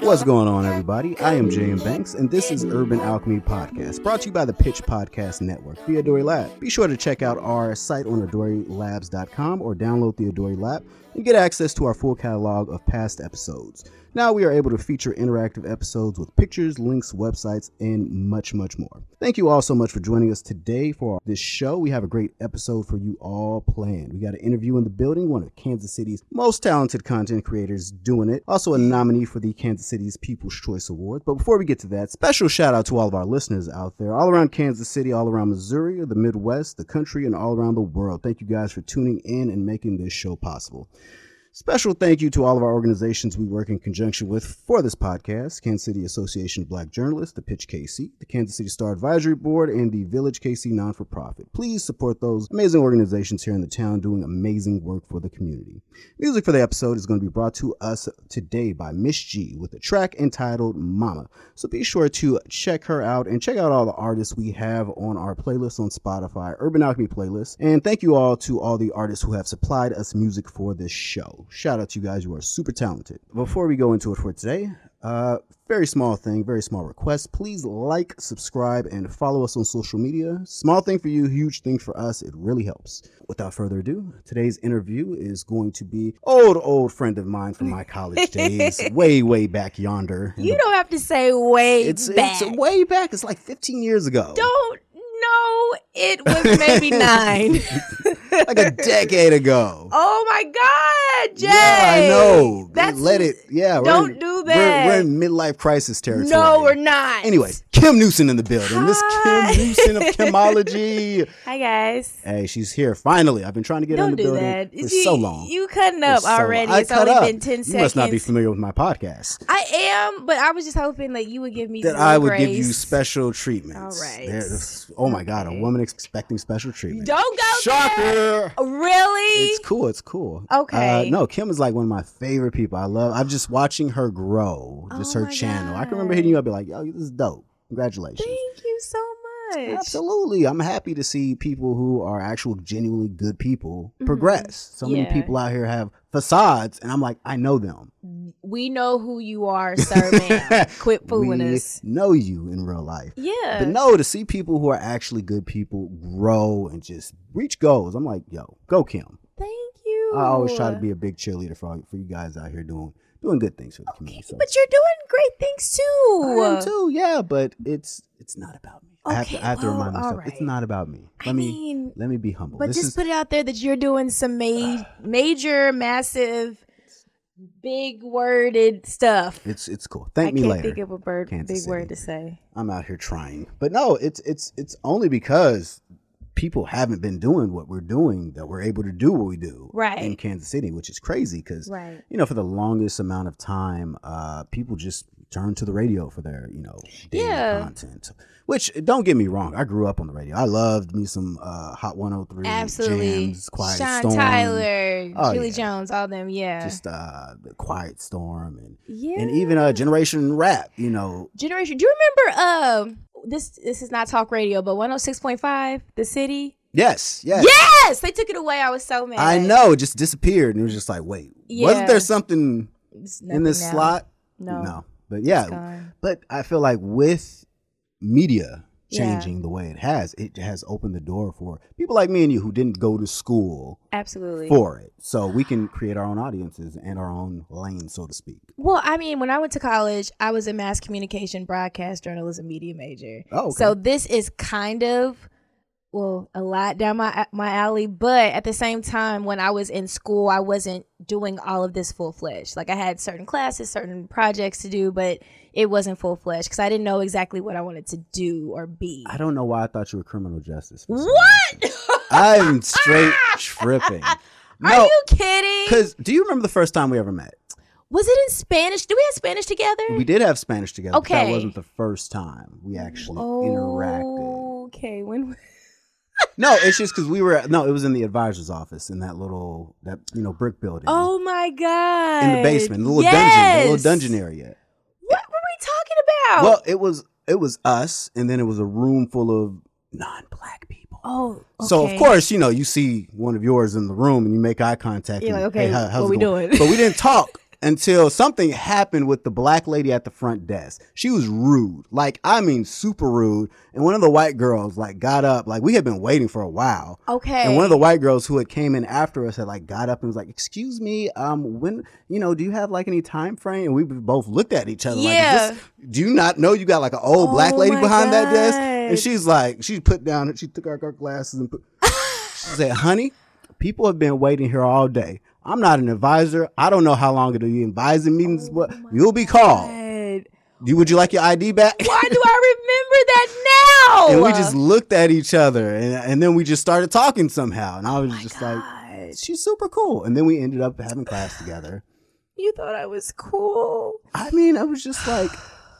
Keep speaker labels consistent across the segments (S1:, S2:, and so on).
S1: What's going on, everybody? I am J.M. Banks, and this is Urban Alchemy Podcast, brought to you by the Pitch Podcast Network, the Adori Lab. Be sure to check out our site on adorilabs.com or download the Adori Lab and get access to our full catalog of past episodes. Now we are able to feature interactive episodes with pictures, links, websites, and much, much more. Thank you all so much for joining us today for this show. We have a great episode for you all planned. We got an interview in the building, one of Kansas City's most talented content creators doing it, also a nominee for the Kansas City's People's Choice Award. But before we get to that, special shout out to all of our listeners out there, all around Kansas City, all around Missouri, the Midwest, the country, and all around the world. Thank you guys for tuning in and making this show possible. Special thank you to all of our organizations we work in conjunction with for this podcast Kansas City Association of Black Journalists, the Pitch KC, the Kansas City Star Advisory Board, and the Village KC non for profit. Please support those amazing organizations here in the town doing amazing work for the community. Music for the episode is going to be brought to us today by Miss G with a track entitled Mama. So be sure to check her out and check out all the artists we have on our playlist on Spotify, Urban Alchemy Playlist. And thank you all to all the artists who have supplied us music for this show. Shout out to you guys. You are super talented. Before we go into it for today, uh, very small thing, very small request. Please like, subscribe, and follow us on social media. Small thing for you, huge thing for us. It really helps. Without further ado, today's interview is going to be old, old friend of mine from my college days, way, way back yonder.
S2: You don't have to say way
S1: It's,
S2: back.
S1: it's way back. It's like 15 years ago.
S2: don't know. It was maybe nine.
S1: like a decade ago.
S2: oh my God, Jay!
S1: Yeah, I know.
S2: That's
S1: Let it. Yeah. we're
S2: Don't
S1: in-
S2: do
S1: we're-
S2: that.
S1: We're, in midlife crisis territory.
S2: No, we're not.
S1: Anyway, Kim Newson in the building. Miss Kim
S2: Hi.
S1: Newson of Chemology.
S2: hi guys.
S1: hey, she's here finally. I've been trying to get her in
S2: Don't
S1: the
S2: do
S1: building
S2: that.
S1: for
S2: you,
S1: so long.
S2: You cutting
S1: For
S2: up
S1: so long.
S2: already.
S1: I
S2: it's
S1: cut
S2: only
S1: up.
S2: been ten
S1: you
S2: seconds.
S1: must not be familiar with my podcast.
S2: I am, but I was just hoping that you would give me
S1: That
S2: some
S1: I would give you
S2: grace.
S1: special treatment.
S2: All right.
S1: oh my God, a
S2: Okay.
S1: woman expecting special treatment.
S2: Don't go there.
S1: Shocker.
S2: Really?
S1: It's cool. It's cool.
S2: Okay.
S1: Uh, no, Kim is like one of my favorite people. I love. I'm just watching her grow. Just
S2: Oh
S1: her
S2: my
S1: channel. I can
S2: God.
S1: remember hitting you up, be like, "Yo, this is dope. Congratulations."
S2: Thank you so much.
S1: Absolutely. I'm happy to see people who are actual genuinely good people
S2: Mhm.
S1: progress. So many
S2: Yeah.
S1: people out here have facades and I'm like, I know them.
S2: We know who you are, sir, man. Quit fooling
S1: we
S2: us.
S1: know you in real life.
S2: Yeah.
S1: But no, to see people who are actually good people grow and just reach goals. I'm like, yo, go Kim.
S2: Thank you.
S1: I always try to be a big cheerleader for all, for you guys out here doing doing good things for the community. So
S2: But you're doing great things too.
S1: I am too, yeah. But it's it's not about me. I have
S2: Okay,
S1: to, I have to
S2: well,
S1: remind myself
S2: all
S1: it's
S2: right.
S1: not about me. Let
S2: I
S1: me
S2: mean,
S1: let me be humble.
S2: but
S1: this
S2: just
S1: is Uh.
S2: put it out there that you're doing some ma- major, massive, big worded stuff.
S1: it's it's cool. Thank
S2: I
S1: me
S2: can't
S1: later.
S2: think of a bird,
S1: Kansas
S2: big
S1: City.
S2: word to say.
S1: I'm out here trying. But no, it's it's it's only because people haven't been doing what we're doing that we're able to do what we do
S2: Right.
S1: in Kansas City, which is crazy because
S2: Right.
S1: you know for the longest amount of time, uh, people just turned to the radio for their you know daily
S2: Yeah.
S1: content. Which don't get me wrong, I grew up on the radio. I loved me some uh, Hot 103,
S2: Absolutely.
S1: Jams, Quiet
S2: Sean
S1: Storm,
S2: Tyler,
S1: Oh,
S2: Julie
S1: yeah.
S2: Jones, all them. Yeah.
S1: just uh, Quiet Storm, and
S2: yeah.
S1: and even uh, Generation Rap. You know,
S2: Generation. Do you remember um this this is not talk radio, but 106.5, the city?
S1: yes, yes,
S2: Yes, they took it away. I was so mad.
S1: I know it just disappeared, and it was just like, wait, wasn't
S2: Yeah.
S1: there something
S2: It's
S1: in
S2: nothing
S1: this
S2: now.
S1: slot?
S2: No.
S1: but
S2: it's
S1: yeah,
S2: gone.
S1: but I feel like with media
S2: Yeah.
S1: changing the way it has, it has opened the door for people like me and you who didn't go to school
S2: Absolutely.
S1: for it, so we can create our own audiences and our own lane, so to speak.
S2: Well, I mean, when I went to college, I was a mass communication, broadcast, journalism, media major.
S1: Oh, okay.
S2: So this is kind of well a lot down my my alley, but at the same time, when I was in school, I wasn't doing all of this full fledged. Like I had certain classes, certain projects to do, but it wasn't full fledged because I didn't know exactly what I wanted to do or be.
S1: I don't know why I thought you were criminal justice. for some reason.
S2: What?
S1: I'm straight tripping.
S2: Are
S1: No,
S2: you kidding?
S1: because do you remember the first time we ever met?
S2: Was it in Spanish? Do we have Spanish together?
S1: We did have Spanish together. but that
S2: Okay. Oh.
S1: wasn't the first time we actually interacted.
S2: Okay, when
S1: No, it's just because we were no, it was in the advisor's office in that little that you know brick building.
S2: Oh my god.
S1: in the basement, the little dungeon, the little dungeon
S2: Yes. Oh.
S1: area.
S2: What were we talking about?
S1: Well, it was it was us, and then it was a room full of non-black people.
S2: Oh,
S1: So of
S2: okay.
S1: course, you know, you see one of yours in the room and you make eye contact.
S2: You're
S1: and,
S2: like, okay,
S1: hey, how- how's
S2: what
S1: it
S2: we
S1: going?"
S2: doing?
S1: but we didn't talk until something happened with the black lady at the front desk. She was rude, like I mean, super rude. And one of the white girls like got up, like we had been waiting for a while.
S2: Okay.
S1: And one of the white girls who had came in after us had like got up and was like, "Excuse me, um, when you know, do you have like any time frame?" And we both looked at each other like, "Is this- "Do you not know you got like an old black
S2: Oh
S1: lady
S2: my
S1: behind that desk?" And
S2: God.
S1: she's like, she put down, she took out her glasses and put, she said, "Honey, people have been waiting here all day. I'm not an advisor. I don't know how long it'll be advising meetings. What
S2: Oh
S1: you'll be called.
S2: God.
S1: You would you like your ID back?"
S2: Why do I remember that now?
S1: And we just looked at each other, and, and then we just started talking somehow. And I was just like,
S2: God,
S1: she's super cool. And then we ended up having class together.
S2: you thought I was cool.
S1: I mean, I was just like,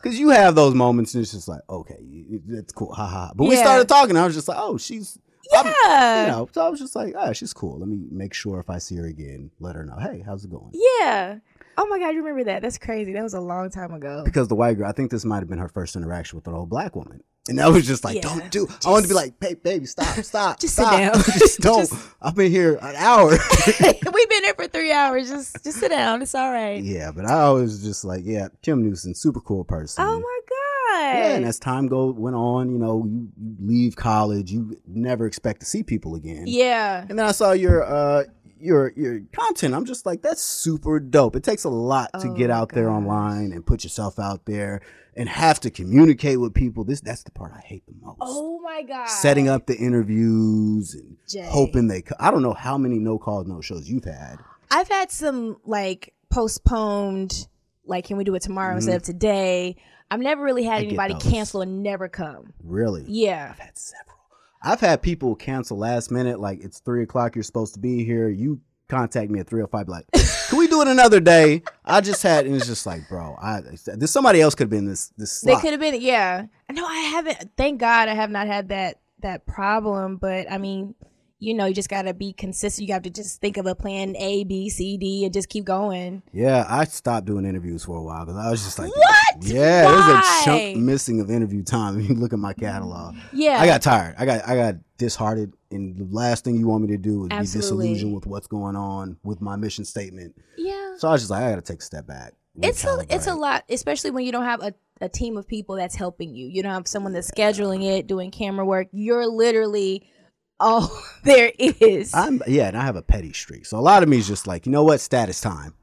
S1: because you have those moments and it's just like, okay, you- you- that's cool, haha. But we
S2: Yeah. Uh,
S1: started talking. I was just like, oh, she's, I'm- you
S2: Yeah.
S1: know, so I was just like, ah, she's cool. Let me make sure if I see her again, let her know, hey, how's it going?
S2: Yeah. Oh my God, you remember that? That's crazy. That was a long time ago.
S1: Because the white girl, I think this might have been her first interaction with an old black woman. And I was just like,
S2: Yeah.
S1: don't do. I wanted to be like, hey, baby, stop, stop,
S2: Just sit
S1: stop.
S2: down.
S1: just don't.
S2: Just-
S1: I've been here an hour.
S2: We've been here for three hours. Just, just sit down. It's all right.
S1: yeah, but I was just like, yeah, Kim Newson, super cool person.
S2: Oh my God.
S1: Yeah, and as time go went on, you know, you, you leave college, you never expect to see people again.
S2: Yeah.
S1: And then I saw your uh your your content. I'm just like, that's super dope. It takes a lot to
S2: Oh
S1: get
S2: my
S1: out there
S2: gosh.
S1: online and put yourself out there and have to communicate with people. This that's the part I hate the most.
S2: Oh my God.
S1: Setting up the interviews and
S2: Jay.
S1: hoping they. Co- I don't know how many no calls, no shows you've had.
S2: I've had some like postponed, like, can we do it tomorrow
S1: Mhm.
S2: instead of today? I've never really
S1: I
S2: had
S1: get
S2: anybody
S1: those.
S2: cancel and never come.
S1: Really,
S2: Yeah.
S1: I've had several. I've had people cancel last minute, like it's three o'clock, you're supposed to be here. You contact me at three o five, like, can we do it another day? I just had, and it's just like, bro, I this somebody else could have been this this
S2: They
S1: slot.
S2: could have been, yeah. No, I haven't. Thank God I have not had that that problem. But I mean, you know, you just gotta be consistent. You have to just think of a plan A, B, C, D, and just keep going.
S1: yeah, I stopped doing interviews for a while because I was just like,
S2: What?
S1: Yeah, there's a
S2: Why?
S1: chunk missing of interview time. If you look at my catalog,
S2: Yeah.
S1: I got tired. I got I got disheartened, and the last thing you want me to do is
S2: Absolutely.
S1: be disillusioned with what's going on with my mission statement.
S2: yeah.
S1: So I was just like, I got to take a step back.
S2: It's a it's a
S1: recalibrate.
S2: lot, especially when you don't have a, a team of people that's helping you. You don't have someone that's scheduling it, doing camera work. You're literally all there is.
S1: I'm yeah, and I have a petty streak. So a lot of me is just like, you know what, status time.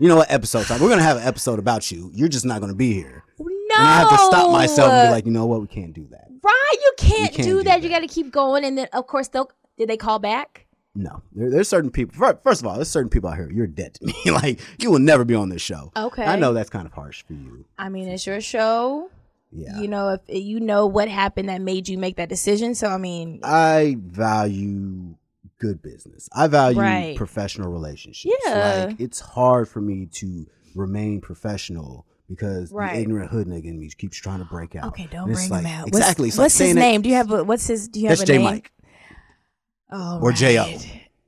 S1: You know what, episode time. We're gonna have an episode about you. You're just not gonna be here.
S2: no.
S1: And I have to stop myself and be like, you know what, we can't do that.
S2: Right, you can't,
S1: can't
S2: do,
S1: do
S2: that. You
S1: that.
S2: got to keep going, and then of course they'll. Did they call back?
S1: No, there, there's certain people. fir- First of all, there's certain people out here. You're dead to me. like you will never be on this show.
S2: Okay.
S1: I know that's kind of harsh for you.
S2: I mean, it's your show.
S1: Yeah.
S2: You know, if you know what happened that made you make that decision. So I mean,
S1: I value good business. I value
S2: Right.
S1: professional relationships.
S2: Yeah.
S1: Like it's hard for me to remain professional because
S2: Right.
S1: the ignorant hood nigga in me keeps trying to break out.
S2: okay, don't
S1: And it's
S2: bring
S1: like-
S2: him out. What's-
S1: Exactly.
S2: What's,
S1: It's like
S2: his
S1: saying it-
S2: name? Do you have a what's his? Do you have
S1: That's
S2: a
S1: J
S2: name?
S1: Mike.
S2: Oh,
S1: Or J.O.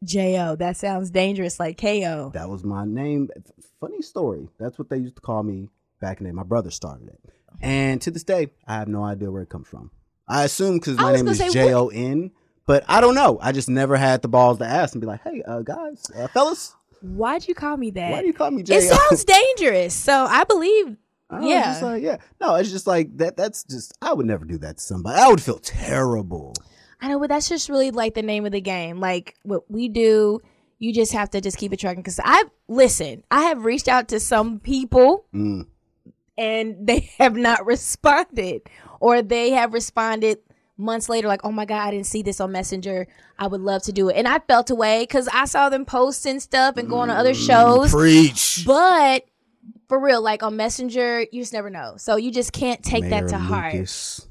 S2: J.O. That sounds dangerous, like K.O.
S1: That was my name. F- Funny story. That's what they used to call me back in the day. My brother started it. And to this day, I have no idea where it comes from. I assume because
S2: I
S1: my
S2: was
S1: name
S2: gonna
S1: is
S2: say, what-
S1: J O N, but I don't know. I just never had the balls to ask and be like, hey, uh, guys, uh, fellas,
S2: Why'd you call me that?
S1: why do you call me J O?
S2: it sounds dangerous. So I believe.
S1: I was
S2: Yeah.
S1: just like, yeah. No, it's just like that. That's just I would never do that to somebody. I would feel terrible.
S2: I know, but that's just really like the name of the game. Like what we do, you just have to just keep it trucking. Because I listen, I have reached out to some people
S1: Mm.
S2: and they have not responded, or they have responded months later, like, "Oh my god, I didn't see this on Messenger. I would love to do it." And I felt away because I saw them posting stuff and going to other
S1: Mm,
S2: shows,
S1: Preach.
S2: but. For real, like on Messenger, you just never know. So you just can't take that
S1: Mayor
S2: to heart.
S1: Lucas.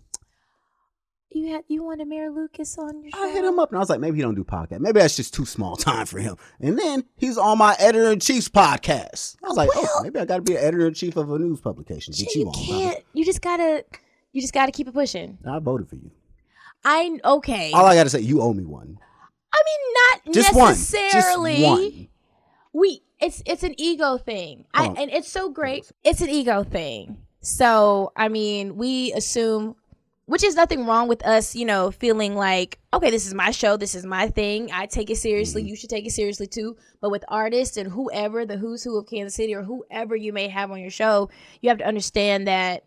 S2: You had you wanted Mayor Lucas on your show.
S1: I hit him up and I was like, maybe he don't do podcast. Maybe that's just too small time for him. And then he's on my editor in chief's podcast. I was like, oh,
S2: Well-
S1: maybe I got to be an editor in chief of a news publication. Get
S2: Shit,
S1: you,
S2: you
S1: on. brother.
S2: can't. You just gotta. You just gotta keep it pushing.
S1: I voted for you.
S2: I okay.
S1: All I got to say, you owe me one.
S2: I mean, not
S1: Just one. Just
S2: necessarily.
S1: one.
S2: We. It's it's an ego thing. I,
S1: Hold on.
S2: and it's so great. It's an ego thing. So I mean, we assume which is nothing wrong with us, you know, feeling like, okay, this is my show, this is my thing. I take it seriously. You should take it seriously too. But with artists and whoever, the who's who of Kansas City or whoever you may have on your show, you have to understand that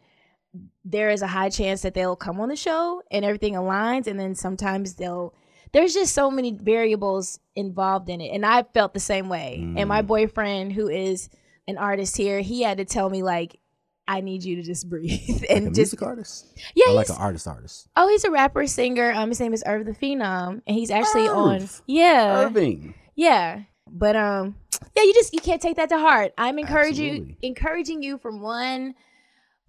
S2: there is a high chance that they'll come on the show and everything aligns. And then sometimes they'll, there's just so many variables involved in it. And I felt the same way. And my
S1: Mm.
S2: boyfriend, who is an artist here, he had to tell me, like, I need you to just breathe
S1: Like a
S2: and just
S1: music artist.
S2: yeah,
S1: I like
S2: he's-
S1: an artist artist.
S2: Oh, he's a rapper, singer. Um, his name is Irv the Phenom, and he's actually on.
S1: Irv.
S2: Yeah,
S1: Irving.
S2: yeah. But um, yeah, you just you can't take that to heart. I'm encouraging
S1: Absolutely.
S2: encouraging you from one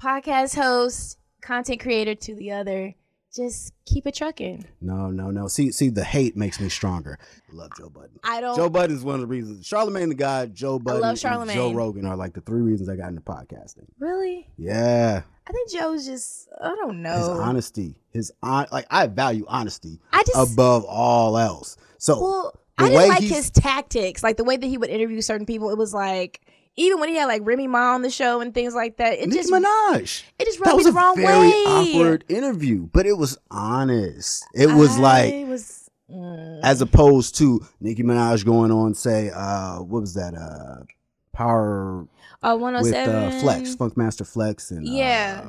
S2: podcast host, content creator to the other. Just keep it trucking.
S1: No, no, no. See, see, the hate makes me stronger. Love Joe Budden.
S2: I don't.
S1: Joe Budden is one of the reasons. Charlemagne the guy, Joe Budden,
S2: love
S1: and
S2: Charlamagne.
S1: Joe Rogan are like the three reasons I got into podcasting.
S2: Really,
S1: Yeah,
S2: I think Joe's just. I don't
S1: his
S2: know.
S1: honesty, his on, like I value honesty
S2: I just
S1: above all else. So
S2: Well,
S1: the
S2: I
S1: way
S2: didn't like
S1: he's-
S2: his tactics, like the way that he would interview certain people. It was like even when he had like Remy Ma on the show and things like that. It
S1: Nicki
S2: just
S1: Minaj.
S2: it just
S1: That
S2: rubbed me
S1: was
S2: the
S1: a
S2: wrong
S1: very
S2: way.
S1: awkward interview, but it was honest. It was
S2: I
S1: like
S2: was, mm,
S1: as opposed to Nicki Minaj going on, say, uh, what was that? Uh, Power
S2: uh,
S1: with
S2: 107
S1: uh, Flex, Funkmaster Flex, and uh,
S2: Yeah.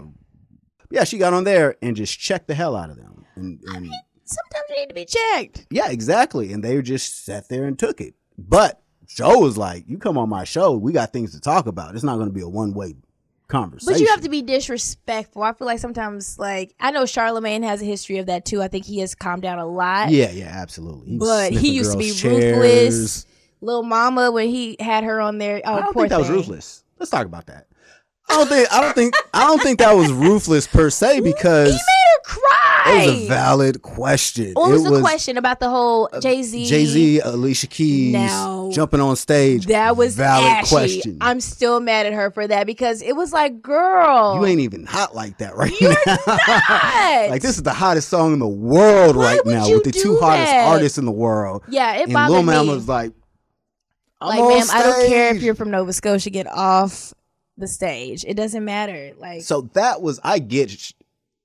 S1: yeah, she got on there and just checked the hell out of them, and, and
S2: Sometimes you need to be checked.
S1: yeah, exactly, and they just sat there and took it. But Joe was like, "You come on my show, we got things to talk about. It's not going to be a one way conversation."
S2: But you have to be disrespectful. I feel like sometimes, like I know Charlemagne has a history of that too. I think he has calmed down a lot.
S1: yeah, yeah, absolutely. was
S2: But he
S1: sniffing
S2: used to be
S1: girls'
S2: ruthless. Little Mama, when he had her on there, oh,
S1: I don't
S2: poor
S1: think that was
S2: thing.
S1: ruthless. Let's talk about that. I don't think I don't think I don't think that was ruthless per se
S2: He
S1: because
S2: made her cry.
S1: it was a valid question.
S2: What was
S1: it
S2: the question about the whole Jay Z?
S1: Jay Z, Alicia Keys
S2: No.
S1: jumping on stage.
S2: That was
S1: valid
S2: ashy.
S1: question.
S2: I'm still mad at her for that because it was like, girl,
S1: you ain't even hot like that right
S2: You're
S1: now.
S2: not.
S1: like this is the hottest song in the world
S2: Why
S1: right
S2: would
S1: now
S2: you
S1: with the
S2: do
S1: two hottest
S2: that?
S1: artists in the world.
S2: Yeah, it
S1: and Lil
S2: bothered
S1: Mama
S2: me.
S1: was like, I'm
S2: like,
S1: on
S2: ma'am, I don't care if
S1: stage."
S2: you're from Nova Scotia. Get off the stage. It doesn't matter. Like,
S1: So that was I get sh-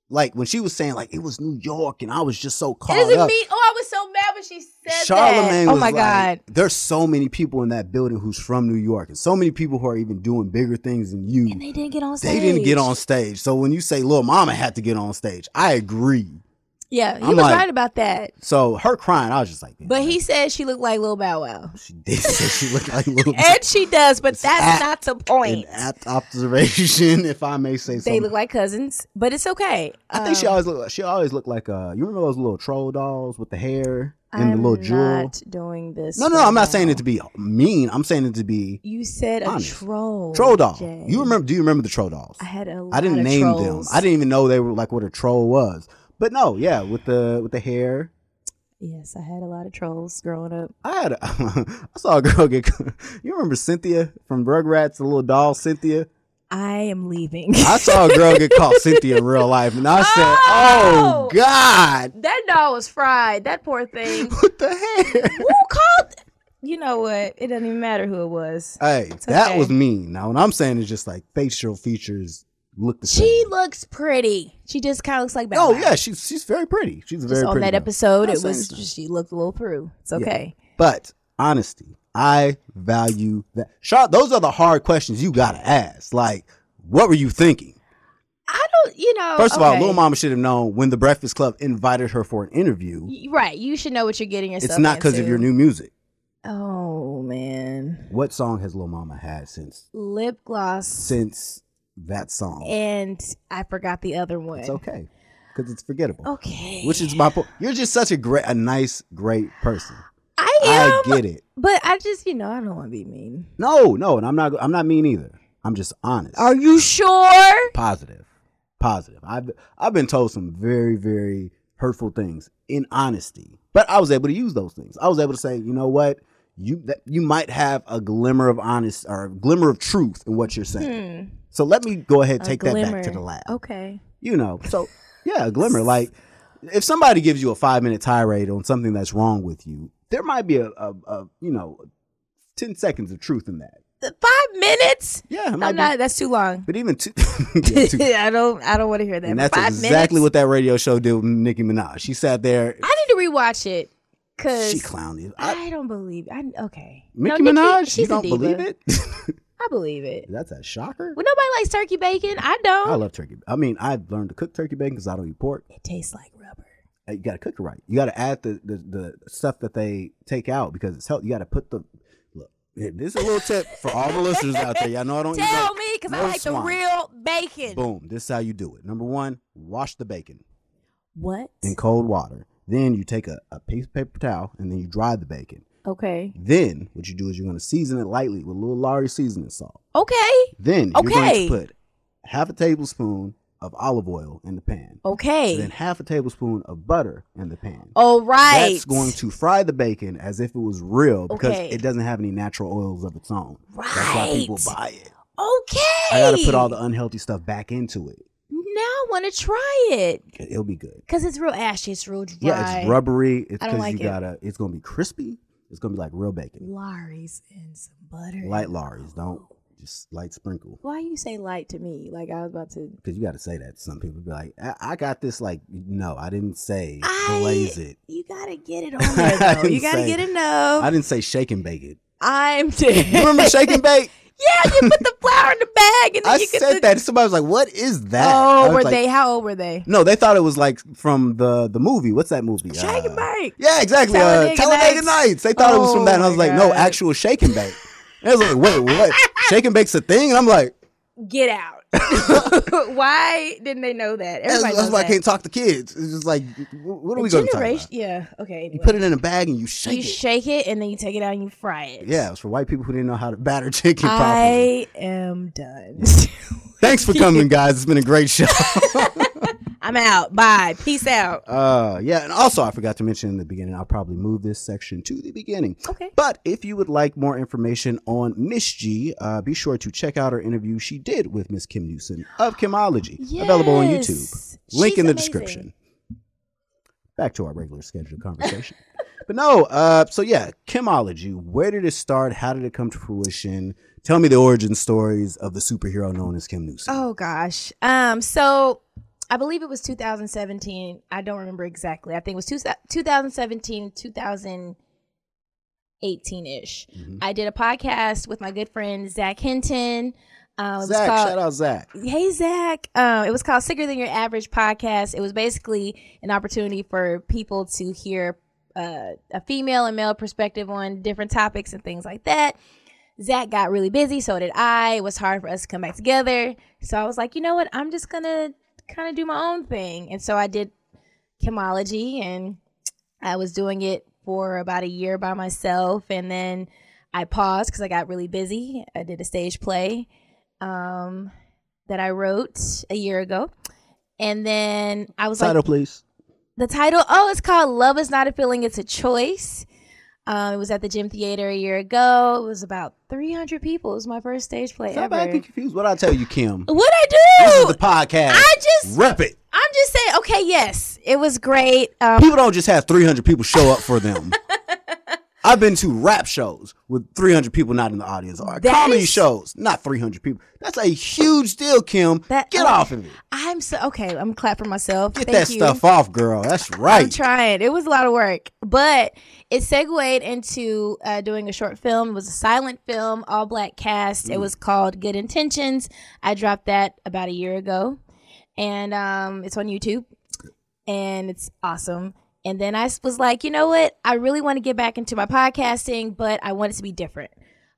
S1: like when she was saying like it was New York and I was just so
S2: it
S1: caught
S2: doesn't
S1: up.
S2: mean. Oh, I was so mad when she said
S1: Charlemagne
S2: that. Oh
S1: was
S2: my
S1: like,
S2: god.
S1: There's so many people in that building who's from New York, and so many people who are even doing bigger things than you.
S2: And they didn't get on stage.
S1: they didn't get on stage. So when you say Lil Mama had to get on stage, I agree.
S2: Yeah, he
S1: I'm
S2: was
S1: like-
S2: right about that.
S1: So her crying, I was just like, "Man,
S2: But he said she looked like Lil Bow Wow,
S1: she did say she looked like Lil
S2: and she does. But
S1: It's
S2: that's
S1: apt
S2: not the point.
S1: An apt observation, if I may say
S2: They
S1: something.
S2: look like cousins, but it's okay.
S1: I think she
S2: Um,
S1: always looked. Like, she always looked like uh. You remember those little troll dolls with the hair and the
S2: I'm
S1: little jewel?
S2: not doing this.
S1: No, no,
S2: right
S1: I'm not saying
S2: now.
S1: it to be mean. I'm saying it to be
S2: You said a
S1: Honest.
S2: troll.
S1: troll doll.
S2: Jay.
S1: You remember? Do you remember the troll dolls?
S2: I had a lot
S1: I didn't
S2: of
S1: name
S2: trolls.
S1: them. I didn't even know they were like what a troll was. But no, yeah, with the with the hair.
S2: Yes, I had a lot of trolls growing up.
S1: I had a, I saw a girl get you remember Cynthia from Rugrats, the little doll Cynthia?
S2: I am leaving.
S1: I saw a girl get called Cynthia in real life and I said, Oh
S2: Oh!
S1: God,
S2: that doll was fried. That poor thing.
S1: what the heck?
S2: Who called? You know what? It doesn't even matter who it was.
S1: Hey, that
S2: okay.
S1: was mean. Now what I'm saying is just like facial features look the same.
S2: She looks pretty. She just kind of looks like Bow
S1: oh
S2: Wow.
S1: yeah, she's she's very pretty. She's a very
S2: Just on
S1: pretty.
S2: that
S1: girl.
S2: episode,
S1: I'm
S2: it was
S1: saying-
S2: just she looked a little through. It's okay.
S1: But honesty, I value that. Shaw, those are the hard questions you gotta ask. Like, what were you thinking?
S2: I don't. You know.
S1: First of all,
S2: Oh, okay.
S1: Lil Mama should have known when the Breakfast Club invited her for an interview.
S2: Y- Right. You should know what you're getting yourself.
S1: it's not because of
S2: into.
S1: your new music.
S2: Oh man.
S1: What song has Lil Mama had since
S2: Lip gloss.
S1: since that song?
S2: And I forgot the other one.
S1: it's okay because it's forgettable.
S2: Okay.
S1: Which is my point. You're just such a great, a nice, great person.
S2: I am.
S1: I get it.
S2: But I just, you know, I don't want to be mean.
S1: No, no, and I'm not. I'm not mean either. I'm just honest.
S2: Are you sure?
S1: positive positive i've i've been told some very very hurtful things in honesty but i was able to use those things i was able to say you know what you that you might have a glimmer of honest or a glimmer of truth in what you're saying
S2: Hmm.
S1: so let me go ahead
S2: A
S1: and take that back to
S2: glimmer. Oh.
S1: the lab
S2: Okay.
S1: you know so yeah a glimmer like if somebody gives you a five minute tirade on something that's wrong with you there might be a, a, a you know ten seconds of truth in that.
S2: Th- Five minutes?
S1: Yeah, it might
S2: I'm
S1: be-
S2: not. That's too long.
S1: But even two, yeah, two
S2: I don't. I don't want to hear that.
S1: and that's
S2: Five
S1: exactly
S2: minutes?
S1: what that radio show did with Nicki Minaj. She sat there,
S2: I need to rewatch it because
S1: she clowned it. I,
S2: I, don't believe. I okay. No,
S1: Nicki
S2: Nicki-
S1: Minaj, you
S2: she's a
S1: don't
S2: diva.
S1: believe it?
S2: I believe it.
S1: that's a shocker.
S2: Well, nobody likes turkey bacon. I
S1: I
S2: don't.
S1: love turkey. I mean, I've learned to cook turkey bacon because I don't eat pork.
S2: it tastes like rubber.
S1: Uh, You got to cook it right. You got to add the, the the stuff that they take out because it's healthy. You got to put the look. here, This is a little tip for all the listeners out there. Y'all know I don't eat
S2: Tell
S1: bacon.
S2: me, because I
S1: no
S2: like
S1: swine.
S2: the real bacon.
S1: Boom. This is how you do it. Number one, wash the bacon
S2: What?
S1: in cold water. Then you take a, a piece of paper towel and then you dry the bacon.
S2: Okay.
S1: Then what you do is you're going to season it lightly with a little Lari seasoning salt.
S2: Okay.
S1: Then you're going to
S2: Okay.
S1: put half a tablespoon of olive oil in the pan. Then
S2: Okay.
S1: half a tablespoon of butter in the pan.
S2: All right.
S1: That's going to fry the bacon as if it was real because
S2: Okay.
S1: it doesn't have any natural oils of its own. That's why people
S2: Right.
S1: buy it.
S2: Okay.
S1: I got to put all the unhealthy stuff back into it.
S2: Now I want to try it
S1: It'll be good.
S2: because it's real ashy. It's real dry.
S1: Yeah, it's rubbery. It's
S2: I
S1: because
S2: don't
S1: you
S2: like it.
S1: gotta. It's gonna be crispy. It's gonna be like real bacon.
S2: Lorries and some butter. Oh,
S1: Light Larry's. Don't just light sprinkle.
S2: Why you say light to me? Like I was about to.
S1: Because you gotta say that. to Some people be like, I, I got this. Like, no, I didn't say
S2: I-
S1: glaze it.
S2: You gotta get it on there though.
S1: didn't
S2: you gotta
S1: say-
S2: get enough.
S1: I didn't say shake and bake it.
S2: I'm
S1: You remember shake and bake?
S2: Yeah, you put the flour in the bag and then
S1: I
S2: you get
S1: said
S2: the-
S1: that. Somebody was like, "What is that?" I
S2: Oh,
S1: was
S2: were
S1: like-
S2: they? How old were they?
S1: No, they thought it was like from the the movie. What's that movie?
S2: Shake and
S1: Uh,
S2: bake.
S1: Yeah, exactly. uh,
S2: Talladega
S1: Talladega
S2: Nights.
S1: Nights. They thought it was from that, and I
S2: Oh
S1: was
S2: my
S1: like, "No,
S2: God.
S1: actual shake and bake." And I was like, "Wait, what? shake and bake's a thing?" And I'm like.
S2: Get out. Why didn't they know that?
S1: That's,
S2: Everybody
S1: that's
S2: knows
S1: why I
S2: that.
S1: can't talk to kids. It's just like, wh- what are we going to talk
S2: Generation.
S1: about?
S2: Yeah. Okay.
S1: You
S2: anyway.
S1: put it in a bag and you shake
S2: you
S1: it.
S2: shake it and then you take it out and you fry it.
S1: yeah, it's for white people who didn't know how to batter chicken properly.
S2: I am done.
S1: Thanks for coming, guys. It's been a great show.
S2: I'm out. Bye. Peace out.
S1: Uh, yeah, and also I forgot to mention in the beginning. I'll probably move this section to the beginning.
S2: Okay.
S1: But if you would like more information on Miss G, uh, be sure to check out her interview she did with Miss Kim Newson of Kimology, available on YouTube.
S2: Yes.
S1: Link
S2: She's
S1: in the
S2: amazing.
S1: description. Back to our regular scheduled conversation. but no, uh, so yeah, chemology. Where did it start? How did it come to fruition? Tell me the origin stories of the superhero known as Kim Newsom.
S2: Oh gosh. Um. So I believe it was 2017. I don't remember exactly. I think it was two, 2017, 2018 ish.
S1: Mhm.
S2: I did a podcast with my good friend Zach Hinton. Um, it was
S1: Zach,
S2: called
S1: shout out Zach.
S2: Hey Zach, um, it was called "Sicker Than Your Average" podcast. It was basically an opportunity for people to hear uh, a female and male perspective on different topics and things like that. Zach got really busy, so did I. It was hard for us to come back together, so I was like, you know what? I'm just gonna kind of do my own thing, and so I did chemology, and I was doing it for about a year by myself, and then I paused because I got really busy. I did a stage play. Um, that I wrote a year ago. And then I was
S1: Title,
S2: like,
S1: please.
S2: the title, oh, it's called Love is Not a Feeling, It's a Choice. Um, it was at the Gym Theater a year ago. It was about 300 people. It was my first stage play
S1: Somebody
S2: ever.
S1: get confused. What I tell you, Kim?
S2: What'd
S1: This
S2: I
S1: is
S2: do?
S1: the podcast.
S2: I just,
S1: Rep it.
S2: I'm just saying, okay, yes, it was great. Um,
S1: People don't just have 300 people show up for them. I've been to rap shows with 300 people not in the audience, or
S2: That
S1: comedy
S2: is-
S1: shows, not 300 people. That's a huge deal, Kim.
S2: That-
S1: Get
S2: okay.
S1: off of it.
S2: I'm so, okay, I'm clap for myself.
S1: Get
S2: Thank
S1: that
S2: you.
S1: stuff off, girl. That's
S2: I'm
S1: right.
S2: trying. It was a lot of work, but it segued into uh, doing a short film. It was a silent film, all black cast. It was called Good Intentions. I dropped that about a year ago, and um, it's on YouTube, and it's awesome. And then I s- was like, you know what? I really want to get back into my podcasting, but I want it to be different.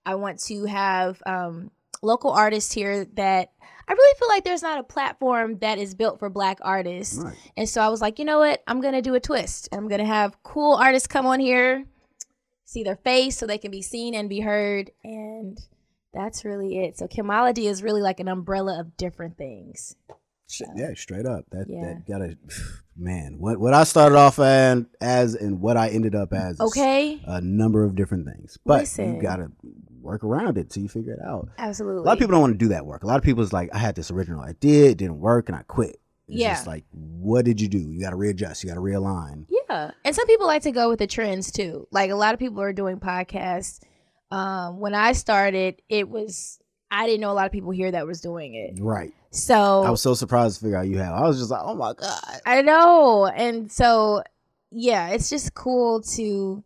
S2: I want to have um, local artists here that I really feel like there's not a platform that is built for black artists.
S1: Right.
S2: And so I was like, you know what? I'm going to do a twist. I'm going to have cool artists come on here, see their face so they can be seen and be heard. And that's really it. So chemology is really like an umbrella of different things.
S1: Sh- Yeah, straight up. That
S2: Yeah.
S1: that gotta man. What what I started off and as and what I ended up as. is
S2: Okay?
S1: A number of different things, but you
S2: Listen.
S1: gotta work around it till you figure it out.
S2: Absolutely.
S1: A lot of people don't want to do that work. A lot of people is like, I had this original idea, it didn't work, and I quit. It's
S2: Yeah.
S1: just like, what did you do? You got to readjust. You got to realign.
S2: Yeah. And some people like to go with the trends too. Like a lot of people are doing podcasts Um, when I started, it was I didn't know a lot of people here that was doing it.
S1: Right.
S2: So
S1: I was so surprised to figure out you have. I was just like, oh my god.
S2: I know. And so, yeah, it's just cool to,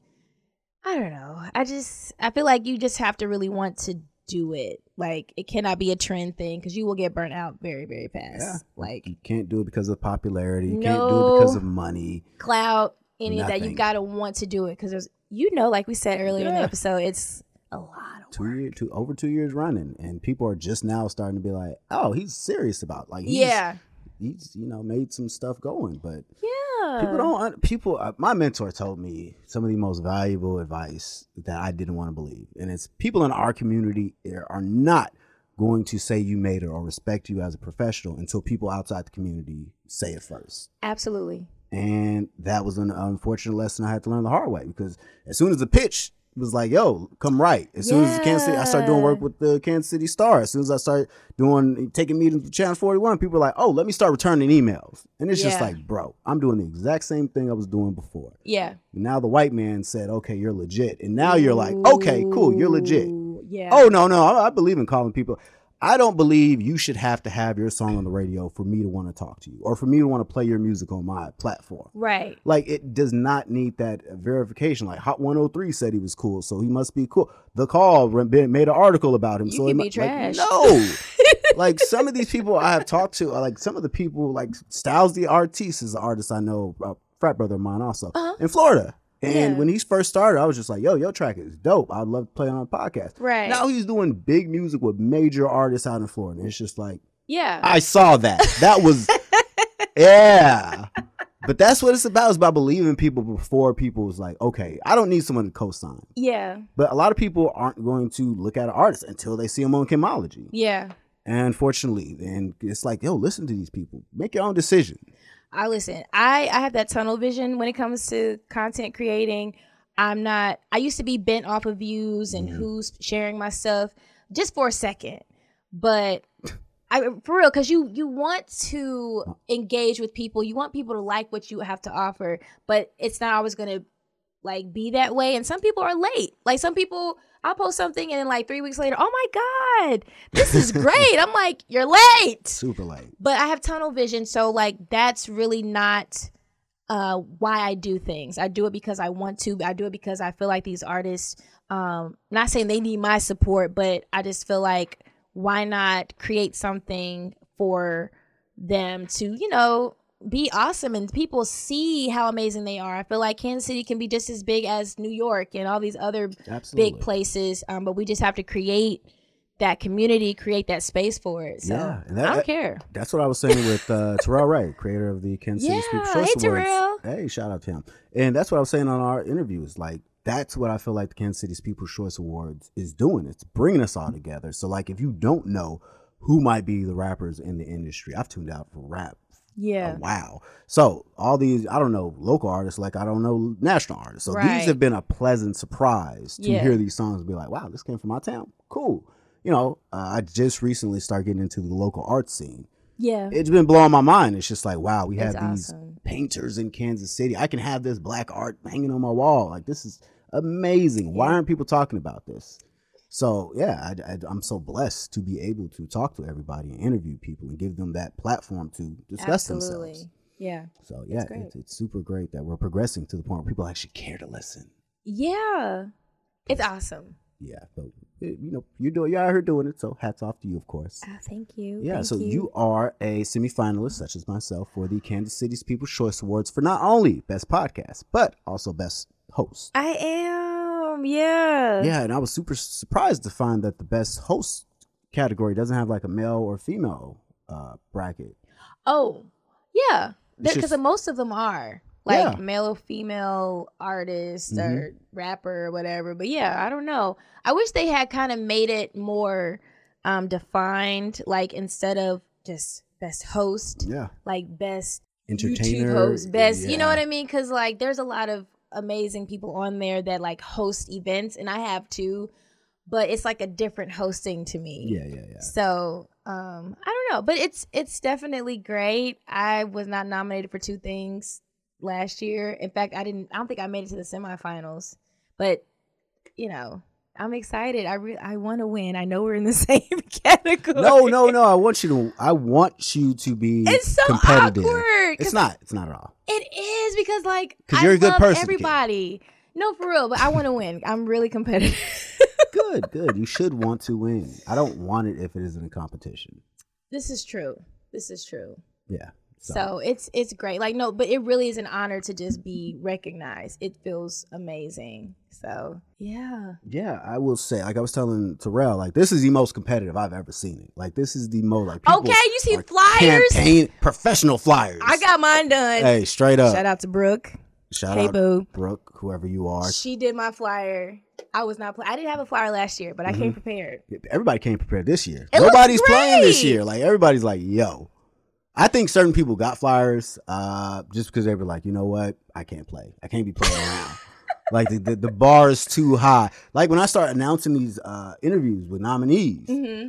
S2: I don't know. I just, I feel like you just have to really want to do it. Like, it cannot be a trend thing because you will get burnt out very, very fast.
S1: Yeah.
S2: Like,
S1: You can't do it because of popularity. You can't do it because
S2: No.
S1: of money.
S2: cloud, any of that,
S1: Nothing.
S2: you got to want to do it because there's, you know, like we said earlier in the
S1: Yeah.
S2: episode, it's a lot of
S1: Two
S2: work.
S1: year, two over two years running, and people are just now starting to be like, "Oh, he's serious about like, he's,
S2: Yeah.
S1: he's you know made some stuff going." But
S2: Yeah.
S1: people don't un- people uh, my mentor told me some of the most valuable advice that i didn't want to believe and it's people in our community are are not going to say you made it or respect you as a professional until people outside the community say it first
S2: Absolutely.
S1: and that was an unfortunate lesson i had to learn the hard way because as soon as the pitch was like yo come right as soon as the kansas city i started doing work
S2: Yeah.
S1: with the kansas city star as soon as i started doing taking meetings with channel 41 people were like oh let me start returning emails and it's just
S2: Yeah.
S1: like bro i'm doing the exact same thing i was doing before
S2: Yeah.
S1: now the white man said, "Okay, you're legit," and now you're like, "Okay, cool, you're legit."
S2: Ooh, Yeah.
S1: Oh no, no, I, I believe in calling people. I don't believe you should have to have your song on the radio for me to want to talk to you or for me to want to play your music on my platform.
S2: Right.
S1: Like it does not need that verification. Like Hot 103 said he was cool, so he must be cool. The call re- been- made an article about him,
S2: You
S1: so
S2: can
S1: he
S2: be
S1: mu- like,
S2: trash.
S1: no. like some of these people I have talked to, are like some of the people, like Styles the Artiste is an artist I know, a frat brother of mine also
S2: Uh-huh.
S1: in Florida. And
S2: Yeah.
S1: when he first started, I was just like, "Yo, your track is dope. I'd love to play on a podcast."
S2: Right.
S1: Now he's doing big music with major artists out in Florida. And it's just like,
S2: yeah.
S1: I saw that. That was, yeah. But that's what it's about. It's about believing people before people was like, okay, I don't need someone to co-sign.
S2: yeah.
S1: But a lot of people aren't going to look at an artist until they see them on Chemology.
S2: Yeah.
S1: And unfortunately, and it's like, yo, listen to these people. Make your own decision.
S2: I listen. I I have that tunnel vision when it comes to content creating. I'm not. I used to be bent off of views and
S1: Mhm.
S2: who's sharing my stuff just for a second, but I for real because you you want to engage with people. You want people to like what you have to offer, but it's not always gonna like be that way. And some people are late. Like some people. I'll post something and then like three weeks later, oh my God, this is great. I'm like, you're late
S1: Super late.
S2: but I have tunnel vision, so like that's really not uh why I do things. I do it because I want to. I do it because I feel like these artists um not saying they need my support, but I just feel like why not create something for them to, you know, be awesome and people see how amazing they are. I feel like Kansas City can be just as big as New York and all these other
S1: Absolutely.
S2: big places, um, but we just have to create that community, create that space for it. So
S1: Yeah, and
S2: I
S1: that-
S2: don't care.
S1: That's what I was saying with uh, Terrell Wright, creator of the Kansas City Speak Choice
S2: Yeah, hey,
S1: Awards.
S2: Terrell.
S1: Hey, shout out to him. And that's what I was saying on our interviews. Like, that's what I feel like the Kansas City's People's Choice Awards is doing. It's bringing us all together. So, like, if you don't know who might be the rappers in the industry, I've tuned out for rap.
S2: Yeah.
S1: a Wow. So, all these, I don't know local artists, like, I don't know national artists. So,
S2: Right.
S1: these have been a pleasant surprise to
S2: Yeah.
S1: hear these songs and be like, wow, this came from my town. Cool. You know, uh, I just recently started getting into the local art scene
S2: Yeah.
S1: it's been blowing my mind. It's just like, wow, we
S2: It's
S1: have these
S2: awesome.
S1: painters in Kansas City. I can have this black art hanging on my wall. Like this is amazing. Why
S2: Yeah.
S1: aren't people talking about this? So yeah, I, am so blessed to be able to talk to everybody and interview people and give them that platform to discuss
S2: Absolutely.
S1: themselves.
S2: Yeah.
S1: So yeah,
S2: great.
S1: it's, it's super great that we're progressing to the point where people actually care to listen.
S2: Yeah. It's awesome.
S1: Yeah, so eh, you know you're doing you're out here doing it. So hats off to you, of course.
S2: Oh, thank you.
S1: Yeah,
S2: Thank
S1: so you. are a semifinalist, such as myself, for the Kansas City's People's Choice Awards for not only Best Podcast, but also Best Host.
S2: I am. Yeah.
S1: Yeah, and I was super surprised to find that the Best Host category doesn't have like a male or female uh, bracket.
S2: Oh, yeah.
S1: It's
S2: Because
S1: just-
S2: most of them are like
S1: Yeah.
S2: male or female artist
S1: Mhm.
S2: or rapper or whatever. But yeah, I don't know. I wish they had kind of made it more um defined. Like instead of just best host,
S1: Yeah,
S2: like best
S1: entertainer,
S2: YouTube host, best. You know what
S1: yeah.
S2: I mean? Because like, there's a lot of amazing people on there that like host events, and I have too, but it's like a different hosting to me.
S1: Yeah, yeah, yeah.
S2: So um, I don't know, but it's it's definitely great. I was not nominated for two things last year. In fact, I didn't. I don't think I made it to the semifinals, but you know, I'm excited. I re- I want to win. I know we're in the same category.
S1: No, no, no. I want you to. I want you to be
S2: It's so
S1: competitive.
S2: awkward. 'cause
S1: It's not. It's not at all.
S2: It is because like
S1: 'Cause
S2: I
S1: you're a good
S2: love
S1: person, Kate.
S2: Everybody. No, for real. But I want to win. I'm really competitive.
S1: Good, good. You should want to win. I don't want it if it isn't a competition.
S2: this is true. This is true.
S1: Yeah.
S2: So. it's it's great. Like no, but it really is an honor to just be recognized. It feels amazing. So yeah,
S1: Yeah, I will say, like I was telling Terrell, like this is the most competitive I've ever seen it. Like this is the most like people
S2: okay. You see
S1: are
S2: flyers.
S1: campaign professional flyers.
S2: I got mine done.
S1: hey straight up.
S2: Shout out to Brooke.
S1: Shout
S2: hey
S1: out
S2: boo.
S1: Brooke, whoever you are.
S2: She did my flyer. I was not. Pl- I didn't have a flyer last year, but I
S1: Mm-hmm.
S2: came prepared.
S1: Everybody came prepared this year.
S2: It looks
S1: Nobody's playing this
S2: great.
S1: year. Like everybody's like, yo. I think certain people got flyers uh, just because they were like, you know what, I can't play. I can't be playing around. like the, the the bar is too high. Like when I start announcing these uh, interviews with nominees,
S2: hmm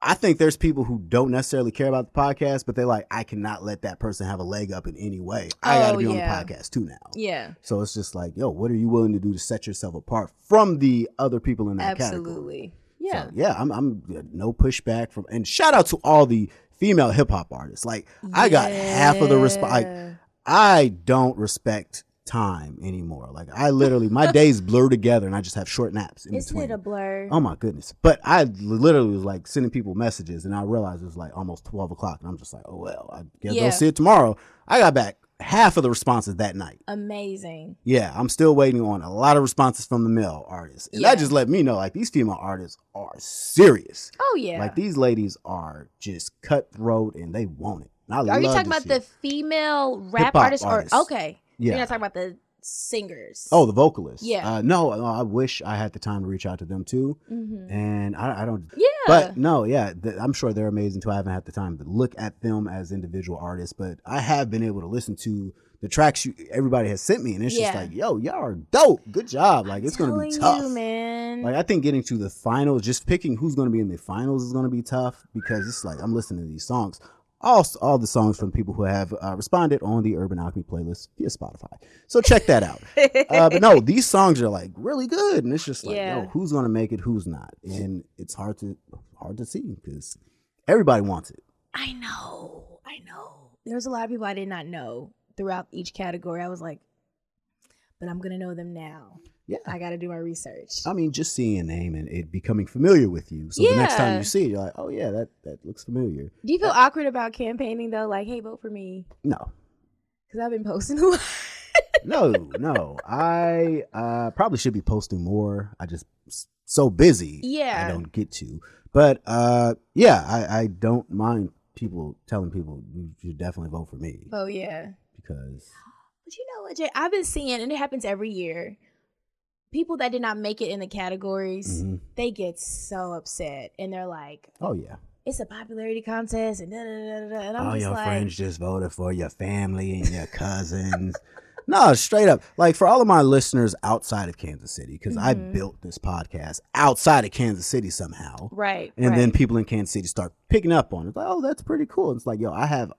S1: I think there's people who don't necessarily care about the podcast, but they're like, I cannot let that person have a leg up in any way. I got to
S2: Oh,
S1: be
S2: yeah.
S1: on the podcast too now.
S2: Yeah,
S1: So it's just like, yo, what are you willing to do to set yourself apart from the other people in that category?
S2: absolutely. Yeah.
S1: So, yeah, I'm, I'm yeah, no pushback from, and shout out to all the female hip hop artists. Like, I got half of the response. Like,
S2: Yeah.
S1: I don't respect time anymore. Like, I literally, my days blur together and I just have short naps in
S2: Isn't
S1: between.
S2: it a blur?
S1: Oh my goodness. But I literally was like sending people messages and I realized it was like almost 12 o'clock. And I'm just like, oh, well, I guess
S2: Yeah.
S1: I'll see it tomorrow. I got back half of the responses that night.
S2: Amazing.
S1: Yeah, I'm still waiting on a lot of responses from the male artists. And
S2: Yeah.
S1: that just let me know like these female artists are serious.
S2: Oh yeah.
S1: Like these ladies are just cutthroat and they want it. And I
S2: Are
S1: love
S2: you talking
S1: this
S2: about
S1: shit.
S2: the female rap
S1: Hip-hop
S2: artists,
S1: artists.
S2: or okay? You're
S1: Yeah.
S2: not talking about the singers.
S1: Oh, the vocalists.
S2: Yeah.
S1: Uh, no, no, I wish I had the time to reach out to them too.
S2: Mhm.
S1: And I, I don't
S2: yeah.
S1: But no, yeah, th- I'm sure they're amazing too. I haven't had the time to look at them as individual artists, but I have been able to listen to the tracks you, everybody has sent me, and it's just
S2: Yeah.
S1: like, yo, y'all are dope. Good job. Like it's gonna be
S2: Telling
S1: tough.
S2: you, man.
S1: Like I think getting to the finals, just picking who's gonna be in the finals is gonna be tough because it's like I'm listening to these songs. All, all the songs from people who have uh, responded on the Urban Alchemy playlist via Spotify. So check that out. uh, but no, these songs are like really good, and it's just like,
S2: Yeah.
S1: yo, who's gonna make it, who's not, and it's hard to hard to see because everybody wants it.
S2: I know. I know. There was a lot of people I did not know throughout each category. I was like, but I'm gonna know them now.
S1: Yeah,
S2: I got to do my research.
S1: I mean, just seeing a name and it becoming familiar with you, so the next time
S2: Yeah.
S1: you see it, you're like, oh yeah, that that looks familiar.
S2: Do you feel awkward about campaigning though? Like, hey, vote for me
S1: No,
S2: because I've been posting a lot.
S1: no, no. I uh, probably should be posting more. I just s- so busy. I
S2: Yeah.
S1: don't get to. But uh, yeah, I, I don't mind people telling people you should definitely vote for me
S2: Oh yeah.
S1: because
S2: But you know what, Jay? I've been seeing, and it happens every year. People that did not make it in the categories,
S1: Mhm.
S2: they get so upset, and they're like,
S1: oh yeah.
S2: "It's a popularity contest," and da da da da. da. And I'm
S1: All
S2: just
S1: your
S2: like,
S1: friends just voted for your family and your cousins. no, straight up. Like for all of my listeners outside of Kansas City, because I
S2: Mhm.
S1: built this podcast outside of Kansas City somehow.
S2: right,
S1: And
S2: right.
S1: then people in Kansas City start picking up on it. Like, oh, that's pretty cool. it's like, yo, I have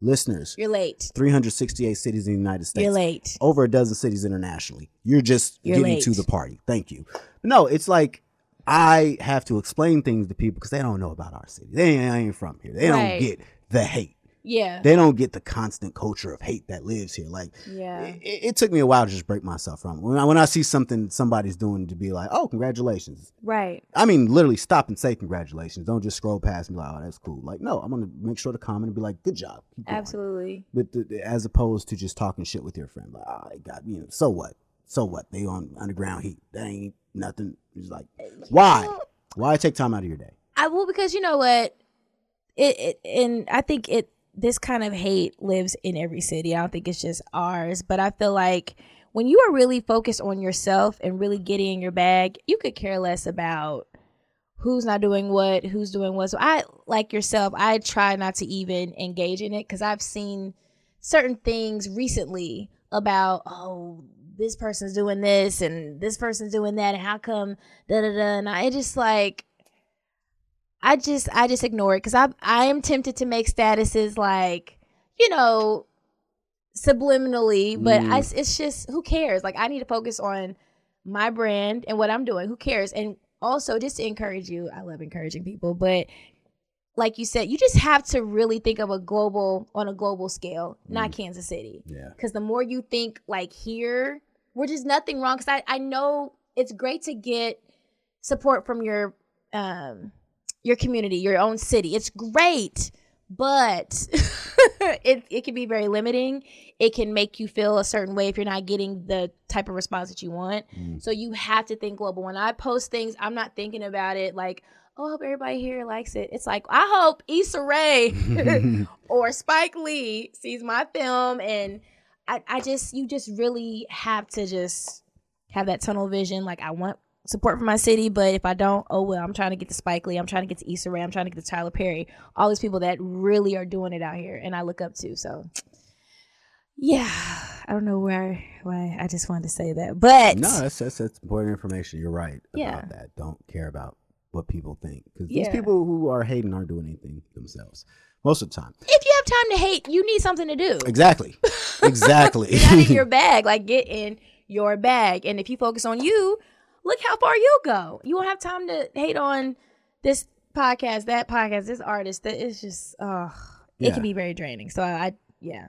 S1: listeners,
S2: you're late.
S1: 368 cities in the United States
S2: You're late.
S1: over a dozen cities internationally. You're just
S2: You're
S1: getting
S2: late.
S1: to the party. Thank you. No, it's like I have to explain things to people because they don't know about our city. They ain't, I ain't from here. They
S2: Right.
S1: don't get the hate.
S2: Yeah,
S1: They don't get the constant culture of hate that lives here. Like
S2: yeah.
S1: it, it took me a while to just break myself from it. when I, when I see something somebody's doing to be like, oh, congratulations.
S2: Right.
S1: I mean, literally stop and say congratulations. Don't just scroll past and be like, oh, that's cool. Like, no, I'm gonna make sure to comment and be like, good job. Keep going
S2: Absolutely.
S1: but the, the- as opposed to just talking shit with your friend, like, ah, they got you know, so what, so what? They on underground heat, they ain't nothing. It's like, why,
S2: Well,
S1: why take time out of your day?
S2: I will because you know what, it, it and I think it this kind of hate lives in every city. I don't think it's just ours, but I feel like when you are really focused on yourself and really getting in your bag, you could care less about who's not doing what, who's doing what. So I like yourself. I try not to even engage in it because I've seen certain things recently about oh this person's doing this and this person's doing that and how come da da da and I it just like I just I just ignore it because I I am tempted to make statuses like you know subliminally, but I, it's just who cares? Like I need to focus on my brand and what I'm doing. Who cares? And also, just to encourage you, I love encouraging people, but like you said, you just have to really think of a global on a global scale, not Kansas City.
S1: Yeah.
S2: Because the more you think like here, which is nothing wrong. Because I, I know it's great to get support from your um your community, your own city. It's great, but it it can be very limiting. It can make you feel a certain way if you're not getting the type of response that you want.
S1: Mm.
S2: So you have to think global. When I post things, I'm not thinking about it like, oh, I hope everybody here likes it. It's like I hope Issa Rae
S1: Mm.
S2: or Spike Lee sees my film and I, I just you just really have to just have that tunnel vision. Like I want support from my city, but if I don't, oh well, I'm trying to get to Spike Lee, I'm trying to get to Issa Rae, I'm trying to get to Tyler Perry, all these people that really are doing it out here and I look up to. So yeah. I don't know where why I just wanted to say that. But
S1: No, that's, that's that's important information. You're right about
S2: Yeah.
S1: that. Don't care about what people think because these
S2: Yeah.
S1: people who are hating aren't doing anything themselves most of the time.
S2: if you have time to hate, you need something to do.
S1: Exactly, exactly.
S2: Get out of your bag. Like get in your bag. And if you focus on you, look how far you'll go. You won't have time to hate on this podcast, that podcast, this artist. That it's just uh it
S1: Yeah.
S2: can be very draining. So I, I yeah.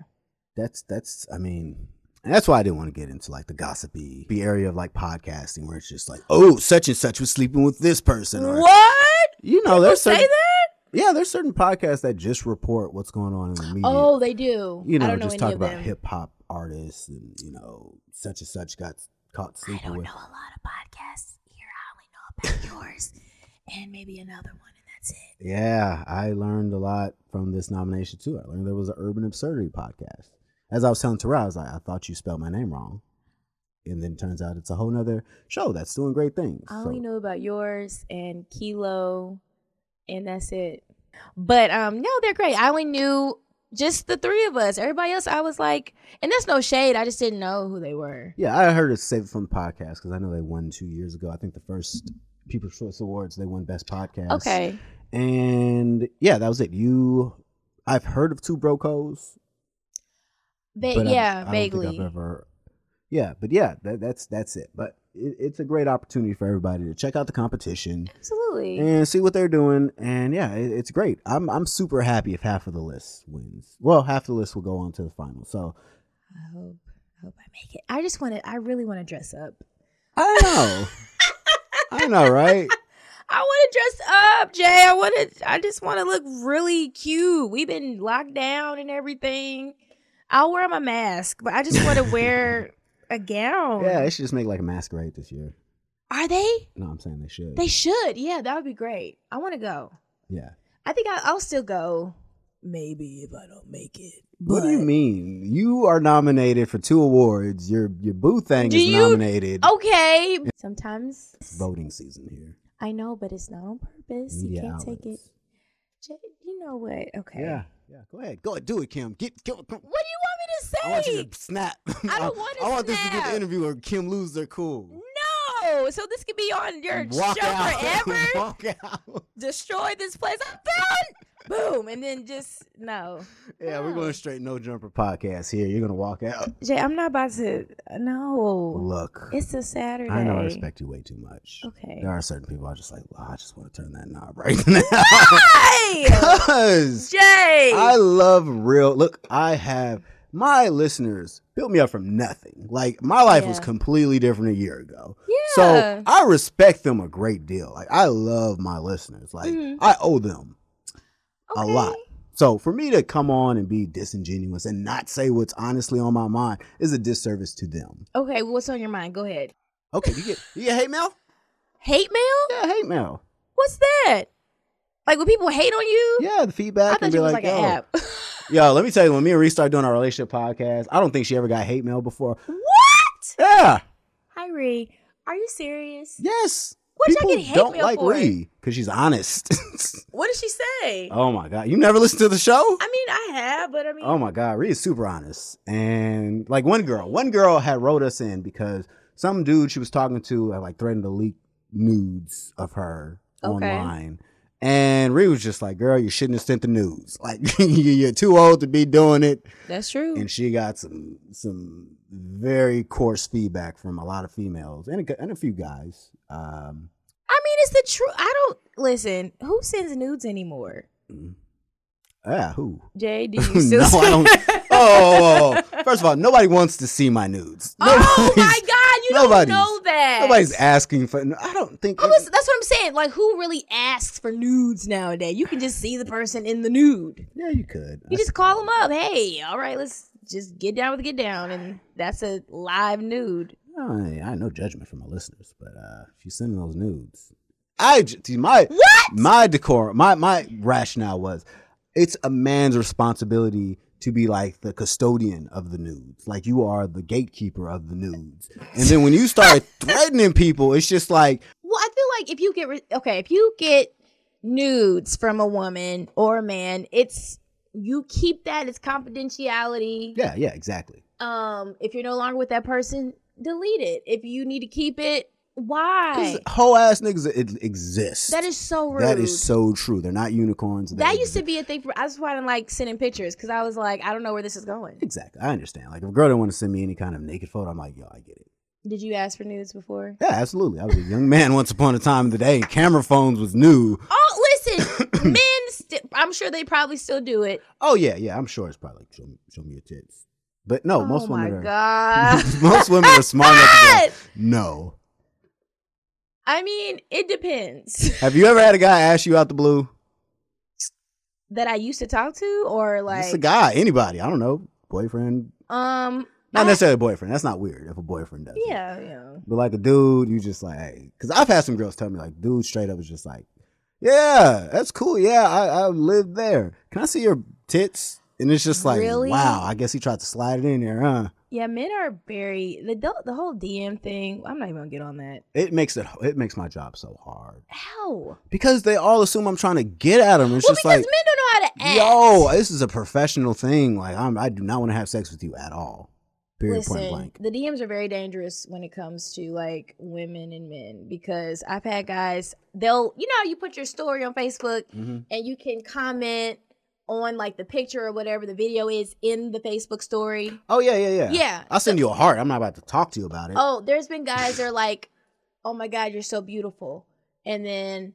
S1: that's that's. I mean. And that's why I didn't want to get into like the gossipy the area of like podcasting where it's just like, oh, such and such was sleeping with this person, or
S2: What?
S1: you know, there's
S2: Say
S1: certain
S2: that?
S1: yeah, there's certain podcasts that just report what's going on in the media.
S2: Oh, they do.
S1: you know,
S2: I don't know
S1: just
S2: any
S1: talk
S2: of
S1: about
S2: them.
S1: hip hop artists and you know such and such got caught
S2: I
S1: sleeping
S2: don't know
S1: with.
S2: a lot of podcasts here. I only know about yours and maybe another one and that's it.
S1: Yeah, I learned a lot from this nomination too. I learned there was an Urban Absurdity podcast. As I was telling Tara, I was like, I thought you spelled my name wrong, and then it turns out it's a whole nother show that's doing great things.
S2: I
S1: So,
S2: only Oh, know about yours and Kilo, and that's it. But um, no, they're great. I only knew just the three of us. Everybody else, I was like, and that's no shade. I just didn't know who they were.
S1: Yeah, I heard it saved from the podcast because I know they won two years ago. I think the first People's Choice Awards they won Best Podcast.
S2: Okay,
S1: and yeah, that was it. You, I've heard of Two Brocos.
S2: Ba-
S1: but I-
S2: yeah,
S1: I don't think I've
S2: vaguely.
S1: ever- yeah, but yeah, that, that's that's it. But it, it's a great opportunity for everybody to check out the competition
S2: Absolutely.
S1: and see what they're doing. And yeah, it, it's great. I'm I'm super happy if half of the list wins. Well, half the list will go on to the final. So
S2: I hope, I hope I make it. I just want to. I really want to dress up.
S1: I know, I know, right?
S2: I want to dress up, Jay. I want to. I just want to look really cute. We've been locked down and everything. I'll wear my mask, but I just want to wear a gown.
S1: Yeah, they should just make like a masquerade this year.
S2: Are they?
S1: No, I'm saying they should.
S2: They should. Yeah, that would be great. I want to go.
S1: yeah.
S2: I think I, I'll still go. Maybe if I don't make it.
S1: What do you
S2: but-
S1: mean? You are nominated for two awards. Your your boo thing
S2: Do
S1: is
S2: you- Oh.
S1: nominated.
S2: Okay. Sometimes
S1: Voting season here.
S2: I know, but it's not on purpose.
S1: Media
S2: you can't take it.
S1: outlets.
S2: Jay, you know what? Okay.
S1: Yeah, yeah. Go ahead, go ahead, do it, Kim. Get, go, go.
S2: What
S1: I
S2: do you
S1: want
S2: want me
S1: you
S2: to
S1: to snap. I
S2: don't want to
S1: I want this to be
S2: snap.
S1: the interview where Kim loses their cool.
S2: say? No. So this could be on your
S1: Walk
S2: show
S1: out.
S2: forever.
S1: Walk out.
S2: Destroy this place. I'm done. Boom, and then just no.
S1: Yeah, we're
S2: No.
S1: going straight no jumper podcast here. You're gonna walk out.
S2: Jay, I'm not about to. No.
S1: Look,
S2: It's a Saturday.
S1: I know I respect you way too much.
S2: Okay.
S1: There are certain people I just like. "Well, I just want to turn that knob right now.
S2: Hey,
S1: Cause
S2: Jay.
S1: I love real. Look, I have my listeners built me up from nothing. Like my life was
S2: Yeah.
S1: completely different a year ago.
S2: Yeah.
S1: So I respect them a great deal. Like I love my listeners. Like
S2: Mhm.
S1: I owe them. a
S2: Okay.
S1: lot. So for me to come on and be disingenuous and not say what's honestly on my mind is a disservice to them.
S2: Okay, well, what's on your mind? Go ahead.
S1: Okay, you get you get hate mail?
S2: Hate mail?
S1: Yeah, hate mail.
S2: What's that? Like when people hate on you?
S1: Yeah, the
S2: I
S1: feedback
S2: thought
S1: and
S2: you
S1: be
S2: was
S1: like,
S2: like an
S1: yo,
S2: app.
S1: yo, let me tell you, when me and Reese started doing our relationship podcast, I don't think she ever got hate mail before.
S2: what?
S1: Yeah.
S2: Hi, Ree. Are you serious?
S1: Yes.
S2: Which I
S1: People
S2: get hate
S1: don't
S2: mail
S1: like
S2: for.
S1: Ree because she's honest.
S2: What did she say?
S1: oh my god, you never listened to the show?
S2: I mean, I have, but I mean,
S1: Oh my God, Ree is super honest. And like one girl, one girl had wrote us in because some dude she was talking to had like threatened to leak nudes of her
S2: Okay.
S1: online. And Ree was just like, girl, you shouldn't have sent the news. Like, you- you're too old to be doing it.
S2: That's true.
S1: And she got some some very coarse feedback from a lot of females and a, gu- and a few guys. Um,
S2: I mean, it's the truth. I don't listen. Who sends nudes anymore?
S1: yeah, who?
S2: Jay, do you still?
S1: No, I don't- Oh, first of all, nobody wants to see my nudes.
S2: oh
S1: Nobody's-
S2: my God! You don't
S1: nobody's-
S2: know that.
S1: Nobody's asking for. I don't think.
S2: I was, that's what I'm saying. Like, who really asks for nudes nowadays? You can just see the person in the nude.
S1: yeah, you could.
S2: You just call them up. Hey, all right, let's just get down with the get down, and that's a live nude.
S1: I, I have no judgment from my listeners, but uh, if you send those nudes, I j- see, my
S2: What?
S1: my decor, my my rationale was, it's a man's responsibility to be like the custodian of the nudes, like you are the gatekeeper of the nudes. And then when you start threatening people, it's just like,
S2: Well, I feel like if you get re- okay, if you get nudes from a woman or a man, it's you keep that as confidentiality.
S1: yeah, yeah, exactly.
S2: um if you're no longer with that person delete it if you need to keep it
S1: 'Cause
S2: why
S1: Whole ass niggas it exists.
S2: that is so rude
S1: That is so true. They're not unicorns. they
S2: that used to be a thing for that's why i didn't like sending pictures because i was like i don't know where this is going
S1: Exactly. I understand. Like if a girl didn't want to send me any kind of naked photo, I'm like, yo, I get it.
S2: did you ask for nudes before
S1: Yeah, absolutely. I was a young man once upon a time in the day. Camera phones was new.
S2: oh listen men st- i'm sure they probably still do it
S1: Oh yeah, yeah. I'm sure it's probably like show me, show me your tits. But no,
S2: oh
S1: most
S2: my
S1: women are
S2: god
S1: most women are smart enough to go, no.
S2: i mean it depends
S1: Have you ever had a guy ask you out the blue?
S2: that i used to talk to or like
S1: Just a guy, anybody. I don't know, boyfriend.
S2: um
S1: Not
S2: I-
S1: necessarily a boyfriend. That's not weird if a boyfriend does. it.
S2: yeah yeah
S1: But like a dude, you just like, hey, because I've had some girls tell me like, dude, straight up is just like, yeah, that's cool. Yeah, I, I live there. Can I see your tits? And it's just like,
S2: Really?
S1: wow, I guess he tried to slide it in there, huh?
S2: yeah men are very the, the, the whole dm thing i'm not even gonna get on that
S1: It makes it it makes my job so hard
S2: how
S1: because they all assume I'm trying to get at him. It's
S2: well,
S1: just like,
S2: because men don't know how to act.
S1: yo, this is a professional thing. Like, I'm, I do not want to have sex with you at all. Period. point
S2: listen,
S1: blank.
S2: the DMs are very dangerous when it comes to like women and men because I've had guys they'll you know you put your story on Facebook
S1: Mhm.
S2: and you can comment on like the picture or whatever the video is in the Facebook story.
S1: Oh yeah, yeah, yeah.
S2: Yeah.
S1: I'll send you a heart. I'm not about to talk to you about it.
S2: Oh, there's been guys that are like, "Oh my God, you're so beautiful," and then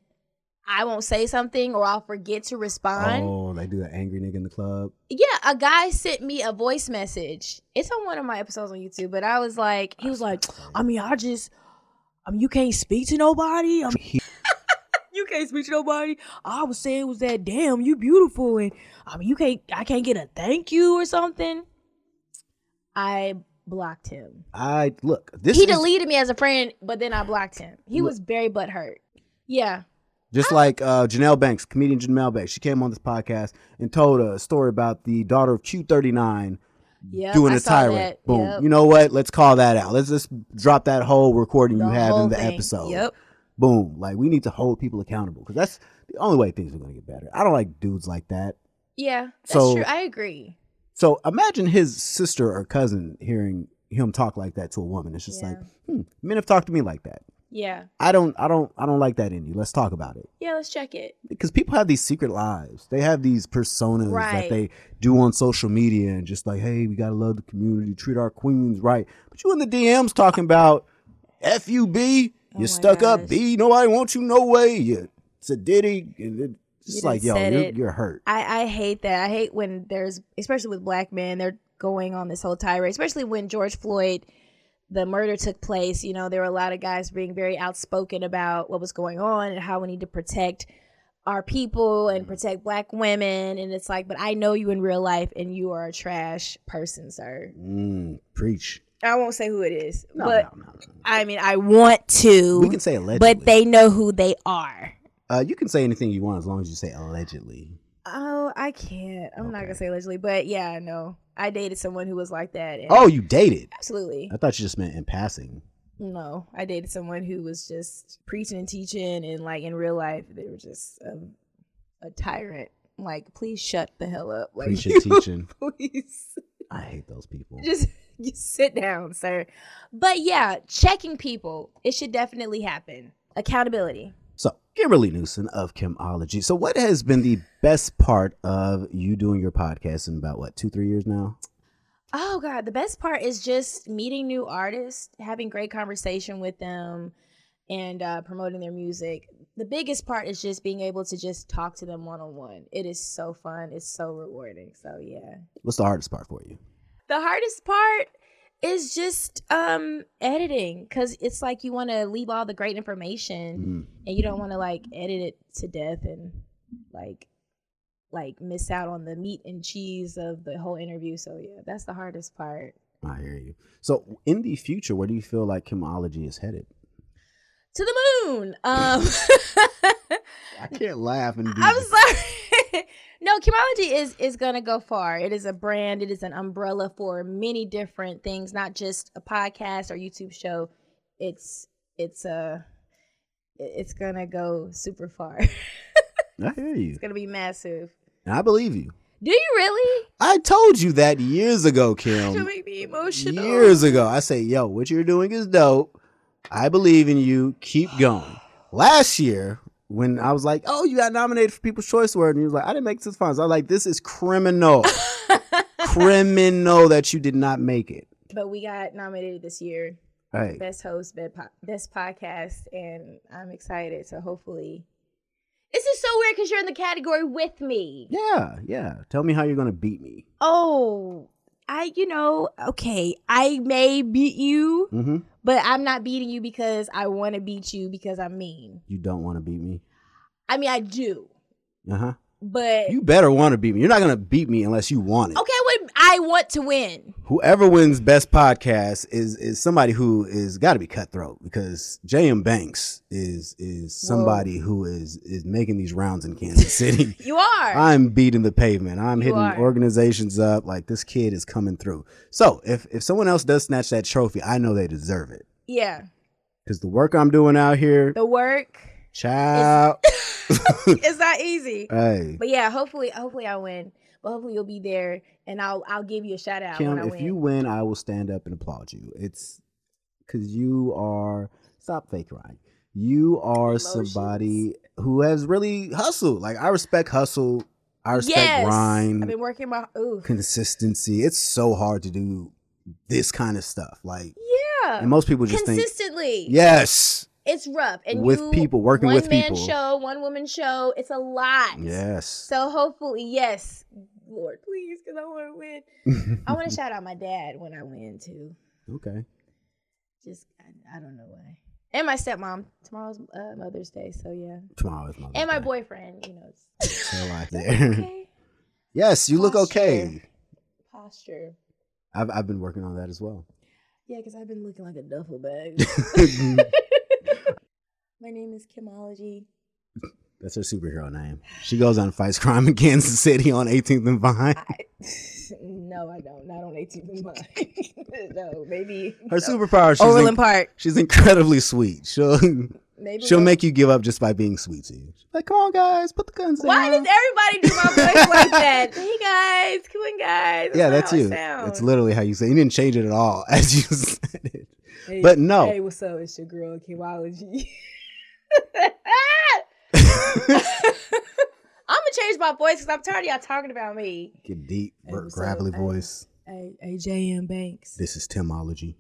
S2: I won't say something or I'll forget to respond.
S1: oh they do that angry nigga in the club.
S2: Yeah, a guy sent me a voice message. It's on one of my episodes on YouTube, but I was like, he was like, I mean, I just, I mean, you can't speak to nobody. I mean,
S1: He-
S2: you can't speak to nobody. All I was saying was that, damn, you beautiful, and I mean, you can't, I can't get a thank you or something. I blocked him.
S1: I look. This
S2: he
S1: is
S2: deleted me as a friend, but then I blocked him. He was very butthurt. Yeah,
S1: just like uh, Janelle Banks, comedian Janelle Banks. She came on this podcast and told a story about the daughter of Q39
S2: yeah.
S1: doing
S2: I
S1: a
S2: saw
S1: tirade.
S2: that.
S1: Boom.
S2: Yep.
S1: You know what? Let's call that out. Let's just drop that whole recording
S2: The
S1: you have
S2: whole
S1: in the
S2: thing.
S1: episode.
S2: Yep.
S1: Boom. Like we need to hold people accountable because that's the only way things are going to get better. I don't like dudes like that.
S2: Yeah, that's
S1: So-
S2: true. I agree.
S1: So imagine his sister or cousin hearing him talk like that to a woman. It's just
S2: Yeah.
S1: like, hmm, men have talked to me like that.
S2: Yeah.
S1: I don't, I don't, I don't like that in you. Let's talk about it.
S2: Yeah, let's check it.
S1: because people have these secret lives. They have these personas that
S2: Right.
S1: they do on social media and just like, hey, we gotta love the community, treat our queens right. But you in the DMs talking about F U B,
S2: Oh
S1: you
S2: my
S1: stuck up
S2: gosh.
S1: B, nobody wants you no way. You it's a ditty and it- it's
S2: You done
S1: like, yo,
S2: said
S1: you're,
S2: it.
S1: you're hurt.
S2: I, I hate that. I hate when there's, especially with black men, they're going on this whole tirade, especially when George Floyd, the murder took place. You know, there were a lot of guys being very outspoken about what was going on and how we need to protect our people
S1: Mm-hmm.
S2: and protect black women. And it's like, but I know you in real life and you are a trash person, sir.
S1: Mm, preach.
S2: I won't say who it is,
S1: No,
S2: but
S1: no, no, no.
S2: I mean, I want
S1: We
S2: to,
S1: can say allegedly.
S2: but they know who they are.
S1: uh, you can say anything you want as long as you say allegedly.
S2: Oh, I can't. I'm not
S1: Okay.
S2: gonna say allegedly, but yeah, no. I dated someone who was like that. And
S1: Oh, you dated.
S2: absolutely.
S1: I thought you just meant in passing.
S2: No, I dated someone who was just preaching and teaching, and like in real life, they were just um, a tyrant. Like, please shut the hell up. Like,
S1: Preaching,
S2: you-
S1: teaching.
S2: please
S1: I hate those people.
S2: just, just sit down, sir. But yeah, checking people, it should definitely happen. Accountability.
S1: So Kimberly Newson of Chemology. So, what has been the best part of you doing your podcast in about what two, three years now?
S2: Oh God, the best part is just meeting new artists, having great conversation with them, and uh, promoting their music. The biggest part is just being able to just talk to them one on one. It is so fun. It's so rewarding. So yeah,
S1: What's the hardest part for you?
S2: the hardest part is just um editing because it's like you want to leave all the great information
S1: Mm.
S2: and you don't want to like edit it to death and like like miss out on the meat and cheese of the whole interview so yeah that's the hardest part
S1: Mm-hmm. I hear you. So, in the future, where do you feel like Chemology is headed?
S2: to the moon um
S1: I can't laugh and
S2: i'm sorry no chemology is is gonna go far it is a brand it is an umbrella for many different things not just a podcast or youtube show it's it's a it's gonna go super far it's
S1: I hear you.
S2: gonna be massive
S1: And I believe you.
S2: do you really
S1: I told you that years ago,
S2: to
S1: Kim.
S2: make me emotional
S1: Years ago, I say, yo, what you're doing is dope. I believe in you. Keep going. Last year, when I was like, oh, you got nominated for People's Choice Award, and you was like, I didn't make it to the finals. I was like, this is criminal. criminal that you did not make it.
S2: but we got nominated this year
S1: All right.
S2: best host best, po- best podcast and i'm excited so hopefully this is so weird because you're in the category with me
S1: Yeah, yeah. Tell me how you're going to beat me.
S2: oh i you know okay i may beat you
S1: hmm
S2: but i'm not beating you because i want to beat you because i'm mean
S1: You don't want to beat me.
S2: i mean i do
S1: Uh huh.
S2: but
S1: You better want to beat me. You're not going to beat me unless you want it.
S2: okay what i want to win
S1: whoever wins best podcast is is somebody who is got to be cutthroat because J.M. Banks is is somebody who is is making these rounds in Kansas City.
S2: you are
S1: I'm beating the pavement. I'm
S2: You
S1: hitting
S2: are.
S1: organizations up like this kid is coming through. So if if someone else does snatch that trophy, I know they deserve it
S2: yeah
S1: because the work I'm doing out here,
S2: the work
S1: child.
S2: is not easy
S1: hey,
S2: But yeah, hopefully, hopefully I win. But hopefully you'll be there, and I'll I'll give you a shout out
S1: Kim,
S2: when I
S1: if
S2: win.
S1: you win, I will stand up and applaud you. It's because you are stop fake crying. You are
S2: Emotions.
S1: somebody who has really hustled. Like I respect hustle. I respect
S2: yes,
S1: grind,
S2: I've been working my ooh.
S1: consistency. It's so hard to do this kind of stuff. Like,
S2: Yeah,
S1: and most people just think,
S2: consistently.
S1: yes,
S2: it's rough. And
S1: with
S2: you-
S1: people, working
S2: one
S1: with
S2: man
S1: people.
S2: show, one woman show. It's a lot.
S1: yes.
S2: So hopefully, yes, Lord, please, because I want to win. I want to shout out my dad when I win too.
S1: okay.
S2: Just I, I don't know why. And my stepmom. Tomorrow's uh, Mother's Day, so yeah.
S1: Tomorrow is my
S2: And my
S1: birthday.
S2: boyfriend, you know. it's-
S1: Chill out there.
S2: okay.
S1: yes, you look
S2: Posture.
S1: okay.
S2: Posture.
S1: I've I've been working on that as well.
S2: Yeah, because I've been looking like a duffel bag. My name is Kimology.
S1: That's her superhero name. She goes on fights crime in Kansas City on 18th and Vine.
S2: I, no, I don't. Not on 18th and Vine. no, maybe.
S1: Her
S2: no.
S1: superpower, she's,
S2: Overland
S1: in-
S2: Park.
S1: she's incredibly sweet. She'll
S2: Maybe.
S1: she'll
S2: we'll-
S1: make you give up just by being sweet to you. She's like, come on, guys, put the guns
S2: Why
S1: down.
S2: does everybody do my voice like that? Hey guys, come on, guys.
S1: yeah,
S2: not
S1: that's
S2: how I
S1: you.
S2: sound.
S1: That's literally how you say. It. You didn't change it at all as you said it.
S2: Hey,
S1: But no.
S2: Hey, what's up? It's your girl Kimology. I'm gonna change my voice because I'm tired of y'all talking about me.
S1: Get deep,
S2: Hey,
S1: Bert
S2: what's
S1: gravelly
S2: up? Hey.
S1: voice.
S2: A A J M Banks.
S1: This is Timology.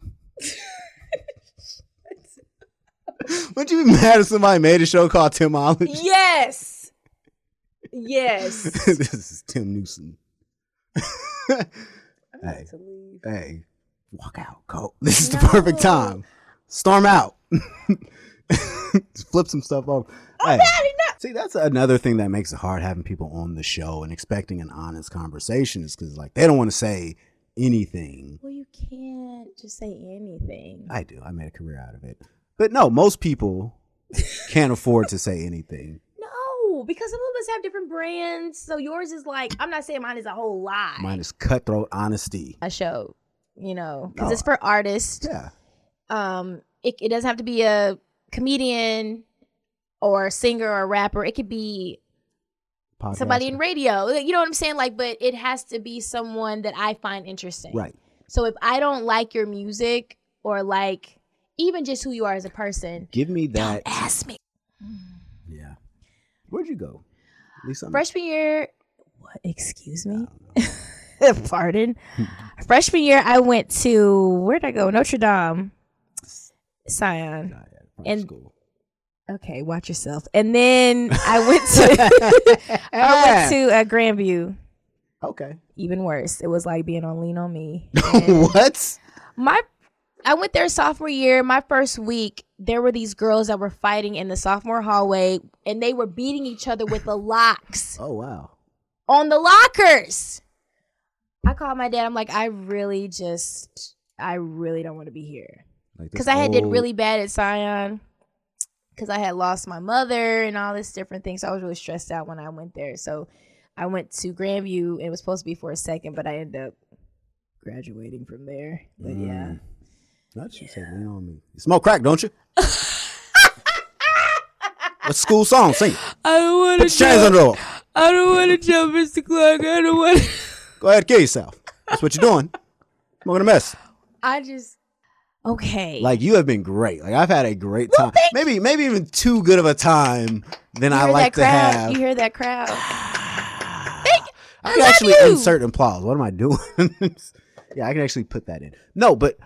S1: Wouldn't you be mad if somebody made a show called Timology?
S2: Yes. Yes.
S1: this is Tim Newsom.
S2: I'm about
S1: Hey.
S2: to leave.
S1: hey, walk out, go. This is the
S2: No.
S1: perfect time. Storm out. Just Flip some stuff off.
S2: Oh,
S1: Hey, see, that's another thing that makes it hard having people on the show and expecting an honest conversation is because like they don't want to say anything.
S2: Well, you can't just say anything.
S1: I do. I made a career out of it. But no, most people can't afford to say anything.
S2: no, because some of us have different brands. So yours is like, I'm not saying mine is a whole lot.
S1: Mine is cutthroat honesty.
S2: a show, you know, because
S1: No.
S2: it's for artists.
S1: Yeah.
S2: Um, it, it doesn't have to be a comedian or a singer or a rapper. It could be somebody in
S1: Podcaster.
S2: radio. You know what I'm saying? Like, but it has to be someone that I find interesting.
S1: Right.
S2: So if I don't like your music or like even just who you are as a person,
S1: Give me that
S2: ask me.
S1: Where'd you go? At least I'm
S2: Freshman year, what? Excuse
S1: I
S2: me.
S1: don't know.
S2: Pardon. Freshman year, I went to where'd I go? Notre Dame, Scion.
S1: Nah, yeah, private
S2: And-
S1: school.
S2: Okay, watch yourself. And then I went to I went to uh, Grandview.
S1: Ah, Okay.
S2: Even worse, it was like being on Lean on Me.
S1: what?
S2: my I went there sophomore year. My first week, there were these girls that were fighting in the sophomore hallway, and they were beating each other with the locks
S1: Oh wow.
S2: on the lockers. I called my dad. I'm like, I really just, I really don't want to be here
S1: Like this
S2: because I had did
S1: old-
S2: really bad at Scion because I had lost my mother and all this different things. So I was really stressed out when I went there. So I went to Grandview and it was supposed to be for a second, but I ended up graduating from there. But yeah.
S1: Mm. That shit said lean on me. You smoke crack, don't you? What's school song? Sing. it.
S2: I don't want
S1: Put your chains under. the door.
S2: I don't want to jump, Mr. Clark. I don't want. to
S1: Go ahead, kill yourself. That's what you're doing. Smoking a mess.
S2: I just okay.
S1: Like you have been great. Like I've had a great time.
S2: thank
S1: maybe maybe even too good of a time than
S2: you
S1: I
S2: hear
S1: like to
S2: that crowd?
S1: have.
S2: You hear that crowd?
S1: I
S2: love
S1: can actually
S2: you.
S1: insert applause. What am I doing? yeah, I can actually put that in. No, but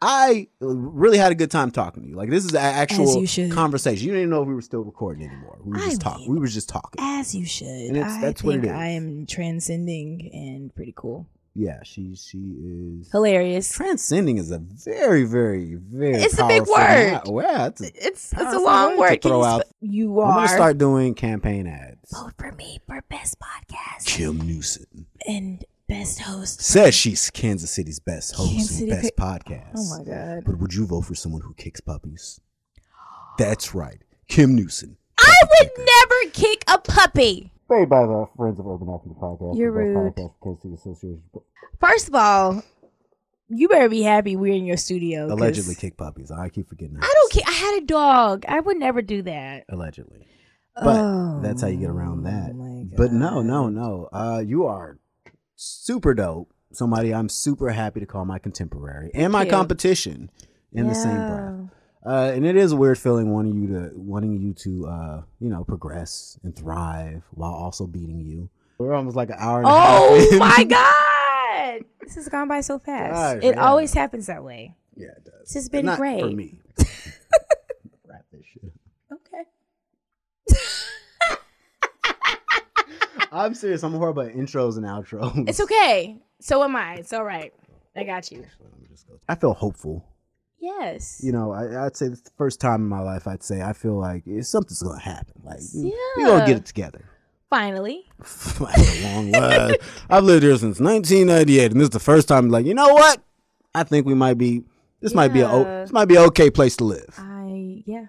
S1: I really had a good time talking to you. Like this is an actual
S2: you should.
S1: conversation. You didn't even know if we were still recording anymore. We were
S2: I
S1: just talking.
S2: mean-
S1: We were just talking.
S2: As you should.
S1: And it's-
S2: I
S1: that's
S2: think
S1: what it is.
S2: I am transcending and pretty cool.
S1: Yeah, she she is
S2: Hilarious.
S1: transcending is a very very very.
S2: It's a big
S1: powerful
S2: word.
S1: ma- Wow, it's a,
S2: It's it's a
S1: Powerful word
S2: long
S1: to
S2: word. Can
S1: throw
S2: you,
S1: out.
S2: sp- you
S1: I'm
S2: are.
S1: gonna start doing campaign ads.
S2: vote for me for best podcast
S1: Kim Newsom
S2: and best host.
S1: says she's Kansas City's best host
S2: Kansas
S1: and
S2: City
S1: best podcast.
S2: Oh my god.
S1: But would you vote for someone who kicks puppies? That's right, Kim Newsom.
S2: I would never kick a puppy.
S1: Made by the Friends of Urban Alchemy podcast.
S2: You're
S1: the
S2: rude.
S1: best Podcast, in Kansas City Association.
S2: First of all, you better be happy we're in your studio. 'cause
S1: Allegedly kick puppies. I keep forgetting.
S2: I don't care. I had a dog. I would never do that.
S1: Allegedly, but that's how you get around that.
S2: Oh my
S1: But no,
S2: God.
S1: no, no. Uh, you are super dope. Somebody I'm super happy to call my contemporary and my
S2: you.
S1: competition in the same
S2: Yeah.
S1: breath. Uh, and it is a weird feeling wanting you to wanting you to uh, you know progress and thrive while also beating you. We're almost like an hour and a half.
S2: Oh
S1: in.
S2: my God. This has gone by so fast.
S1: Gosh,
S2: it
S1: yeah.
S2: always happens that way.
S1: Yeah, it does.
S2: This has been
S1: Not
S2: great.
S1: for me. Wrap this shit.
S2: Okay.
S1: up. I'm serious. I'm horrible at intros and outros.
S2: It's okay. So am I. It's all right. I got you.
S1: Actually, let me just go- I feel hopeful.
S2: Yes.
S1: You know, I, I'd say this is the first time in my life, I'd say I feel like eh, something's gonna happen. Like we're gonna
S2: Yeah.
S1: get it together.
S2: Finally.
S1: That's a long ride. I've lived here since 1998, and this is the first time. Like, you know what? I think we might be. This might be a. o-
S2: Yeah.
S1: This might be an okay place to live.
S2: I yeah.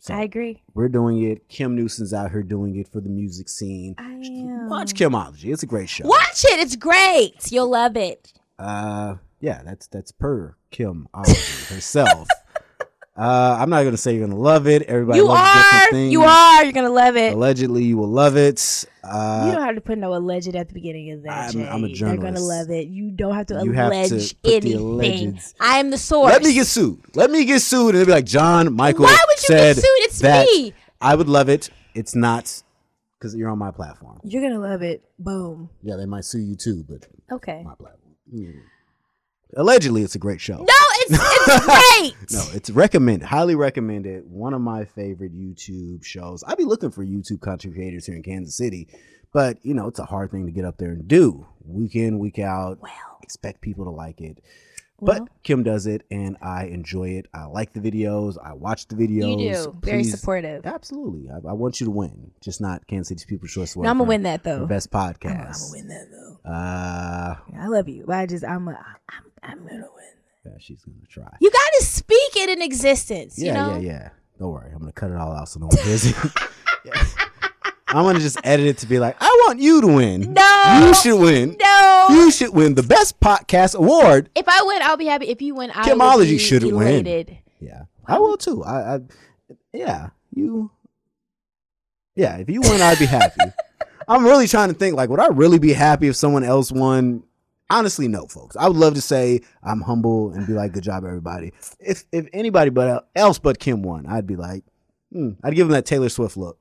S1: So
S2: I agree.
S1: we're doing it. Kim Newson's out here doing it for the music scene.
S2: I am.
S1: Watch Kimology. It's a great show.
S2: Watch it. It's great. You'll love it.
S1: Uh, yeah, that's that's per Kim Ology herself. Uh, I'm not gonna say you're gonna love it. Everybody
S2: you
S1: loves different
S2: are.
S1: things.
S2: You are. Ah, You're gonna love it.
S1: Allegedly, you will love it. Uh,
S2: you don't have to put no alleged at the beginning of that.
S1: I'm- I'm a
S2: Jay. They're gonna
S1: journalist.
S2: love it. You don't have to
S1: You have to
S2: allege
S1: put the
S2: anything.
S1: allegeds.
S2: I am the source.
S1: Let me get sued. Let me get sued. And they'll be like, John Michael.
S2: Why would you
S1: said
S2: get sued? It's
S1: that.
S2: me.
S1: I would love it. It's not because you're on my platform.
S2: You're gonna love it. Boom.
S1: Yeah, they might sue you too, but
S2: Okay.
S1: my platform. Mm. Allegedly, it's a great show.
S2: No, it's it's great.
S1: No, it's recommended, highly recommended. One of my favorite YouTube shows. I'd be looking for YouTube content creators here in Kansas City, but you know, it's a hard thing to get up there and do week in, week out.
S2: Well,
S1: Expect people to like it. But
S2: Well.
S1: Kim does it, and I enjoy it. I like the videos. I watch the videos.
S2: you do. Very
S1: Please-
S2: supportive.
S1: Absolutely. I, I want you to win, just not Kansas City's People's Choice Award.
S2: No, I'm
S1: for-
S2: gonna win that
S1: for
S2: though.
S1: Best
S2: I'm, I'm gonna
S1: podcast.
S2: win that though.
S1: Uh,
S2: I love you, but I just I'm a, I'm I'm gonna win.
S1: yeah, she's gonna try.
S2: You gotta speak it in existence.
S1: Yeah,
S2: you know?
S1: yeah, yeah. Don't worry, I'm gonna cut it all out so no one hears it. Yeah. I'm gonna just edit it to be like, I want you to win.
S2: No.
S1: you should win.
S2: No.
S1: You should win the best podcast award.
S2: If I win, I'll be happy. If you win, I will
S1: Kimology
S2: be
S1: shouldn't win.
S2: elated.
S1: Yeah, I will too. I, I yeah, you. Yeah, if you win, I'd be happy. I'm really trying to think. Like, would I really be happy if someone else won? Honestly, no, folks. I would love to say I'm humble and be like, "Good job, everybody." If if anybody but else but Kim won, I'd be like, hmm, I'd give him that Taylor Swift look.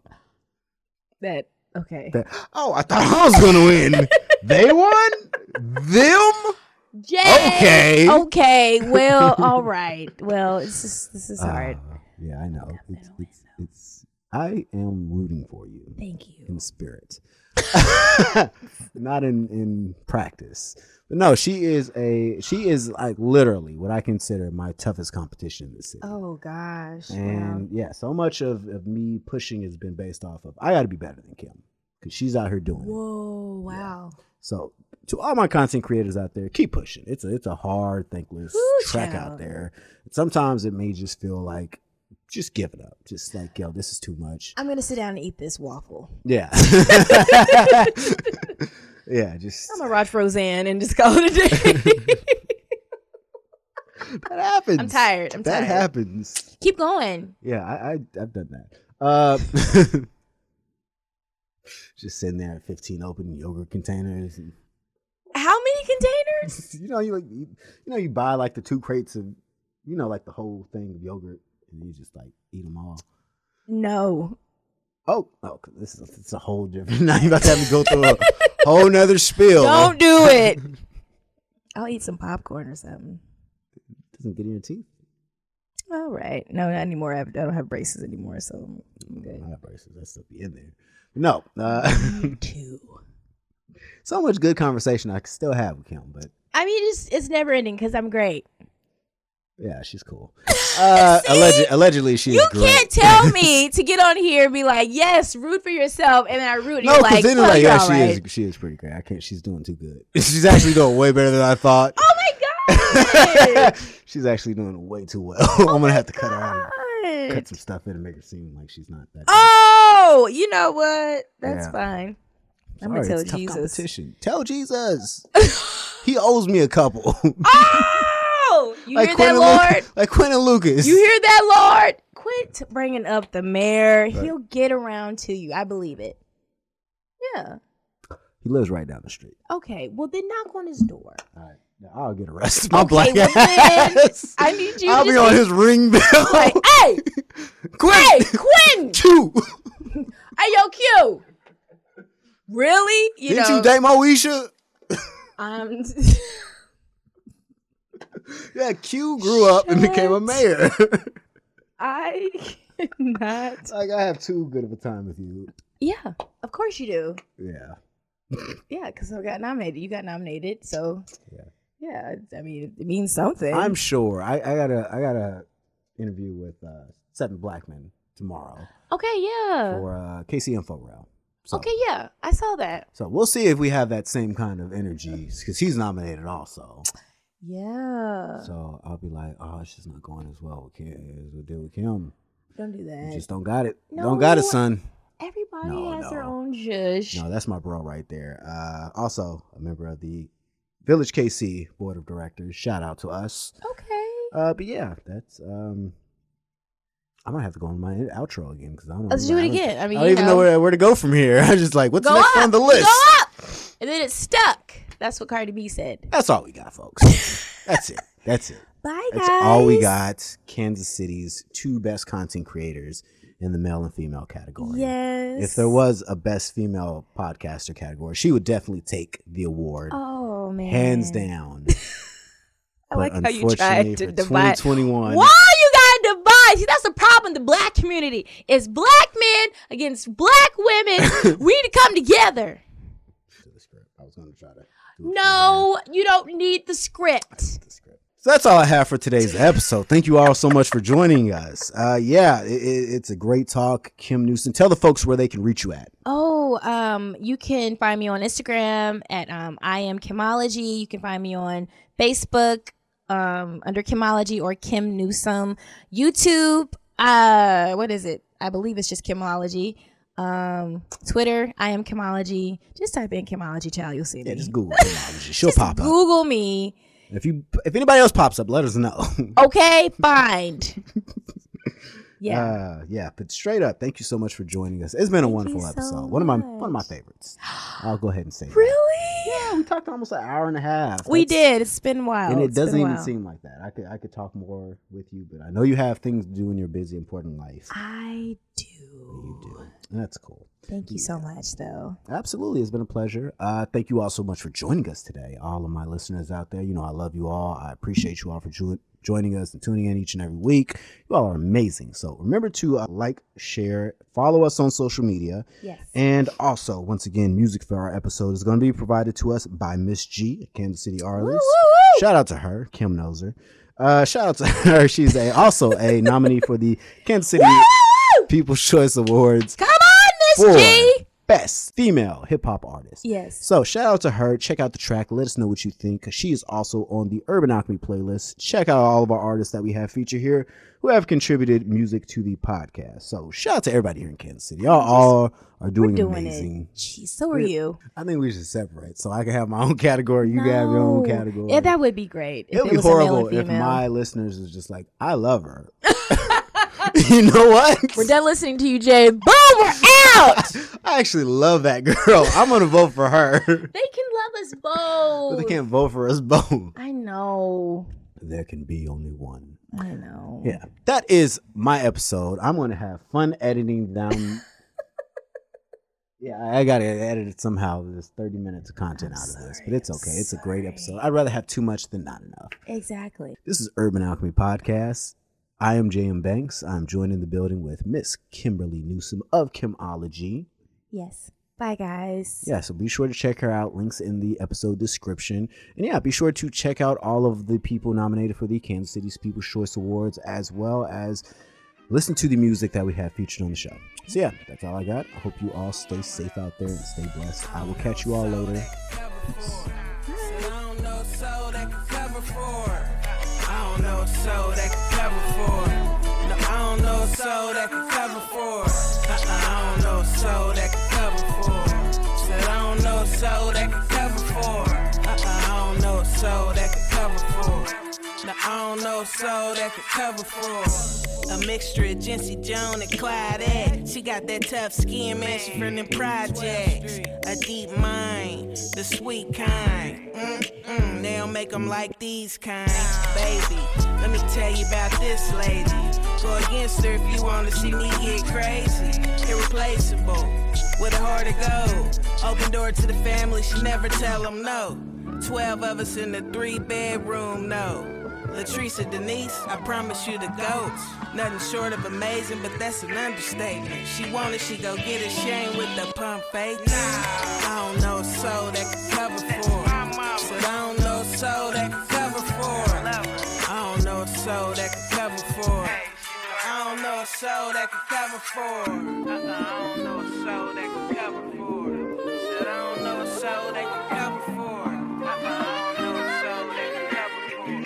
S2: That okay.
S1: That, oh, I thought I was gonna win. they won. Them.
S2: Yay!
S1: Okay.
S2: Oh, Okay. Well. all right. Well, it's just, this is hard.
S1: Ah, yeah, I know.
S2: I
S1: It's,
S2: don't
S1: it's, it's. I am rooting for you.
S2: Thank you.
S1: in spirit, not in in practice. But no, she is a she is like literally what I consider my toughest competition in the city.
S2: Oh gosh.
S1: and yeah, so much of, of me pushing has been based off of I got to be better than Kim because she's out here doing it.
S2: Whoa!
S1: Yeah.
S2: Wow.
S1: So to all my content creators out there, keep pushing. It's a it's a hard, thankless
S2: Ooh,
S1: track out
S2: child.
S1: there. Sometimes it may just feel like just give it up. Just like yo, this is too much.
S2: I'm gonna sit down and eat this waffle.
S1: Yeah. yeah, just
S2: I'm gonna watch Roseanne and just call it a day.
S1: that happens.
S2: I'm tired. I'm
S1: that
S2: tired.
S1: happens.
S2: Keep going.
S1: Yeah, I, I I've done that. Uh, just sitting there at 15 open yogurt containers. And,
S2: How many containers?
S1: you know, you like you, you know you buy like the two crates of you know like the whole thing of yogurt and you just like eat them all.
S2: No.
S1: Oh, oh, this is it's a whole different. Now you about to have me go through a whole nother spiel.
S2: Don't do it. I'll eat some popcorn or something.
S1: Doesn't get in your teeth.
S2: All right. No, not anymore. I have- I don't have braces anymore, so I'm good.
S1: I have braces. That stuff be in there. No, uh,
S2: You too.
S1: so much good conversation I could still have with Kim, but
S2: I mean, it's it's never ending because I'm great.
S1: yeah, she's cool. Uh,
S2: See?
S1: alleged, allegedly, she's
S2: you
S1: great.
S2: can't tell me to get on here and be like, "Yes, root for yourself," and then I root. And
S1: no,
S2: you're
S1: because
S2: like,
S1: then
S2: well,
S1: like,
S2: you're
S1: yeah,
S2: all
S1: she
S2: right.
S1: is. She is pretty great. I can't. She's doing too good. she's actually doing way better than I thought.
S2: Oh my god!
S1: she's actually doing way too well. I'm gonna have to cut her out, and
S2: Oh God.
S1: cut some stuff in, and make her seem like she's not that.
S2: Oh, you know what? That's
S1: Yeah.
S2: fine.
S1: good.
S2: I'm gonna
S1: Sorry, it's
S2: tell
S1: tough
S2: Jesus.
S1: competition. Tell Jesus. he owes me a couple.
S2: Oh, you hear
S1: Quentin Lu-
S2: that, Lord?
S1: like Quentin Lucas.
S2: You hear that, Lord? Quit bringing up the mayor. He'll get around to you. I believe it. Yeah.
S1: he lives right down the street.
S2: Okay. Well, then knock on his door.
S1: All right. Now, I'll get arrested. My
S2: Okay,
S1: black
S2: well, then,
S1: ass.
S2: I need you
S1: I'll
S2: to
S1: be
S2: just
S1: on
S2: be
S1: his ring bell.
S2: Like, hey, hey,
S1: Quick,
S2: Quentin,
S1: two.
S2: hey, yo, Q. Really? You
S1: Didn't
S2: know,
S1: you date Moesha?
S2: um,
S1: Yeah, Q grew up and became a
S2: Shit.
S1: mayor.
S2: I cannot.
S1: like I have too good of a time with you.
S2: Yeah, of course you do.
S1: Yeah.
S2: Yeah, because I got nominated. You got nominated, so
S1: Yeah.
S2: yeah. I mean, it means something.
S1: I'm sure. I, I got a I got a interview with uh Seven Blackman tomorrow
S2: okay. Yeah.
S1: for uh KC Info Rail. So,
S2: Okay. Yeah, I saw that.
S1: So we'll see if we have that same kind of energy because he's nominated also.
S2: Yeah.
S1: So I'll be like, oh, it's just not going as well with Kim as we did with Kim.
S2: Don't do
S1: You
S2: that.
S1: just don't got it.
S2: No.
S1: Don't got it, son.
S2: Everybody
S1: No,
S2: has their
S1: no.
S2: own zhuzh.
S1: No, that's my bro right there. Uh, also a member of the Village KC Board of Directors. Shout out to us.
S2: Okay.
S1: Uh, but yeah, that's um. I'm gonna have to go on my outro again because I don't.
S2: Let's
S1: know-
S2: do it
S1: I don't-
S2: again. I
S1: I
S2: mean,
S1: don't
S2: you
S1: even know,
S2: know
S1: where, where to go from here. I'm just like, what's
S2: go
S1: next
S2: up
S1: on the list?
S2: Go up, and then it's stuck. That's what Cardi B said.
S1: That's all we got, folks. that's it. That's it.
S2: Bye, guys.
S1: That's all we got. Kansas City's two best content creators in the male and female category.
S2: Yes.
S1: If there was a best female podcaster category, she would definitely take the award,
S2: Oh man.
S1: hands down.
S2: I
S1: But
S2: like how you
S1: unfortunately
S2: tried to
S1: for
S2: divide.
S1: 2021.
S2: Why you gotta divide? See, that's the problem. The black community It's black men against black women. we need to come together.
S1: to the script. I was going to try to. do it
S2: No, you don't need the script.
S1: from the script. So that's all I have for today's episode. Thank you all so much for joining us. Uh, yeah, it, it, it's a great talk, Kim Newsom. Tell the folks where they can reach you at.
S2: Oh, um, you can find me on Instagram at um, I am Kimology. You can find me on Facebook um, under Kimology or Kim Newsom. YouTube, uh, what is it? I believe it's just Kimology. Um, Twitter, I am Kimology. Just type in Kimology, child. You'll see me.
S1: Yeah, just Google Kimology. She'll
S2: Just
S1: pop up.
S2: Google me.
S1: If you if anybody else pops up, let us know.
S2: Okay, find. Oh, yeah.
S1: Uh, yeah, but straight up, thank you so much for joining us. It's been a
S2: Thank you
S1: wonderful
S2: so
S1: episode. One of my one of my
S2: much.
S1: favorites. I'll go ahead and say that.
S2: really?
S1: We talked almost an hour and a half.
S2: We
S1: That's-
S2: did. It's been wild.
S1: and it
S2: Oh, It's been
S1: doesn't even
S2: wild.
S1: seem like that. I could I could talk more with you, but I know you have things to do in your busy, important life.
S2: I do.
S1: You do. That's cool.
S2: Thank you so much, though.
S1: Absolutely. It's been a pleasure. Uh, thank you all so much for joining us today. All of my listeners out there, you know, I love you all. I appreciate you all for jo- joining us and tuning in each and every week. You all are amazing. So remember to uh, like, share, follow us on social media.
S2: Yes.
S1: And also, once again, music for our episode is going to be provided to us by Miss G, Kansas City
S2: Woo,
S1: Artist.
S2: woo,
S1: Shout out to her. Kim knows her. Uh, shout out to her. She's a, also a nominee for the Kansas City
S2: woo! Woo!
S1: People's Choice Awards
S2: Come on,
S1: for
S2: Miss G.
S1: Best Female Hip Hop Artist.
S2: Yes.
S1: So shout out to her. Check out the track. Let us know what you think. 'cause She is also on the Urban Alchemy playlist. Check out all of our artists that we have featured here who have contributed music to the podcast. So shout out to everybody here in Kansas City. Y'all all are doing,
S2: We're doing
S1: amazing.
S2: it. Jeez, so are you.
S1: I think we should separate so I can have my own category. You can have your own
S2: No.
S1: category.
S2: Yeah, that would be great.
S1: it
S2: If
S1: would
S2: it
S1: be
S2: was
S1: horrible
S2: a male
S1: if
S2: and female.
S1: my listeners was just like, I love her. you know what?
S2: We're done listening to you, Jay. Boom, we're out.
S1: I actually love that girl. I'm gonna vote for her.
S2: they can love us
S1: but
S2: both.
S1: they can't vote for us both.
S2: I know.
S1: There can be only one.
S2: I know.
S1: Yeah. That is my episode. I'm gonna have fun editing down. yeah, I I gotta edit it somehow. There's 30 minutes of content
S2: I'm
S1: out of this,
S2: sorry,
S1: but it's
S2: I'm
S1: okay. It's a great
S2: sorry.
S1: episode. I'd rather have too much than not enough.
S2: Exactly.
S1: This is Urban Alchemy Podcast. I am JM Banks. I'm joined in the building with Miss Kimberly Newsom of Kimology.
S2: Yes. Bye, guys.
S1: Yeah, so be sure to check her out. Links in the episode description. And yeah, be sure to check out all of the people nominated for the Kansas City's People's Choice Awards, as well as listen to the music that we have featured on the show. So yeah, that's all I got. I hope you all stay safe out there and stay blessed. I will catch you all later.
S3: Said I don't know soul that could cover for it. I don't know soul that could cover for it. No, I don't know soul that could cover for it. Uh-uh, I don't know soul that could cover for it. Said I don't know soul that could cover for it. Uh-uh, I don't know soul that could cover for it. No, I don't know soul that could cover for it. A mixture of Jency Joan and Clyde Ed. She got that tough skin, man. She from the projects. A deep mind, the sweet kind. Mm-mm, they don't make 'em like these kind. Baby, let me tell you about this lady. Go against her if you want to see me get crazy. Irreplaceable, with a heart of gold. Open door to the family, she never tell 'em no. Twelve of us in the three bedroom, no. Latricia Denise, I promise you the goats. Nothing short of amazing, but that's an understatement. She want it, she go get it. She ain't with the pump fake. Nah, I don't know soul that could cover for it. Said I don't know soul that could cover for it. I don't know soul that could cover for it. I don't know a soul that could cover for it. Uh-uh, I don't know a soul that could cover for it. Said I don't know a soul that could cover for it. Uh-uh, I don't know a soul that could cover for it.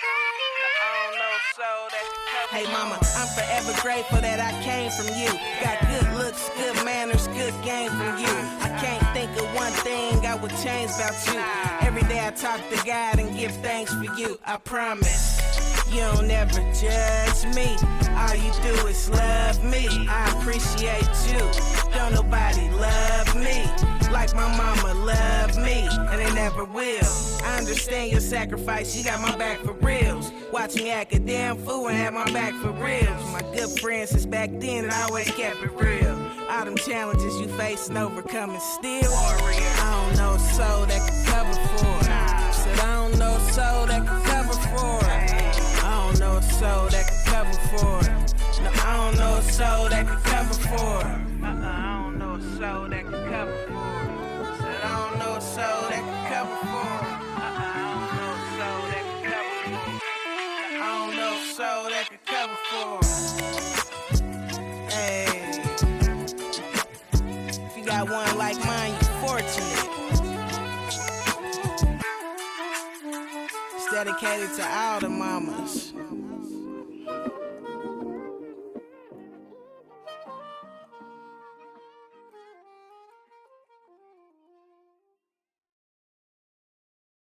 S3: I don't know a soul that could cover Hey mama, I'm forever grateful that I came from you. Got good looks, good manners, good game from you. I can't think of one thing I would change about you. Every day I talk to God and give thanks for you. I promise. You don't ever judge me. All you do is love me. I appreciate you. Don't nobody love me like my mama loved me, and they never will. I understand your sacrifice. You got my back for reals. Watch me act a damn fool and have my back for reals. My good friends since back then, and I always kept it real. All them challenges you face and overcoming still. I don't know soul that could cover for it. Said I don't know soul that could cover for it. I don't know a soul that could cover for it. No, I don't know a soul that could cover for it. Uh-uh, I don't know a soul that could cover for it. Said I don't know a soul that could cover for it. Uh-uh, I don't know a soul that could cover for it. I don't know a soul that could cover for it. Hey. If you got one like mine, you're fortunate. It's dedicated to all the mamas.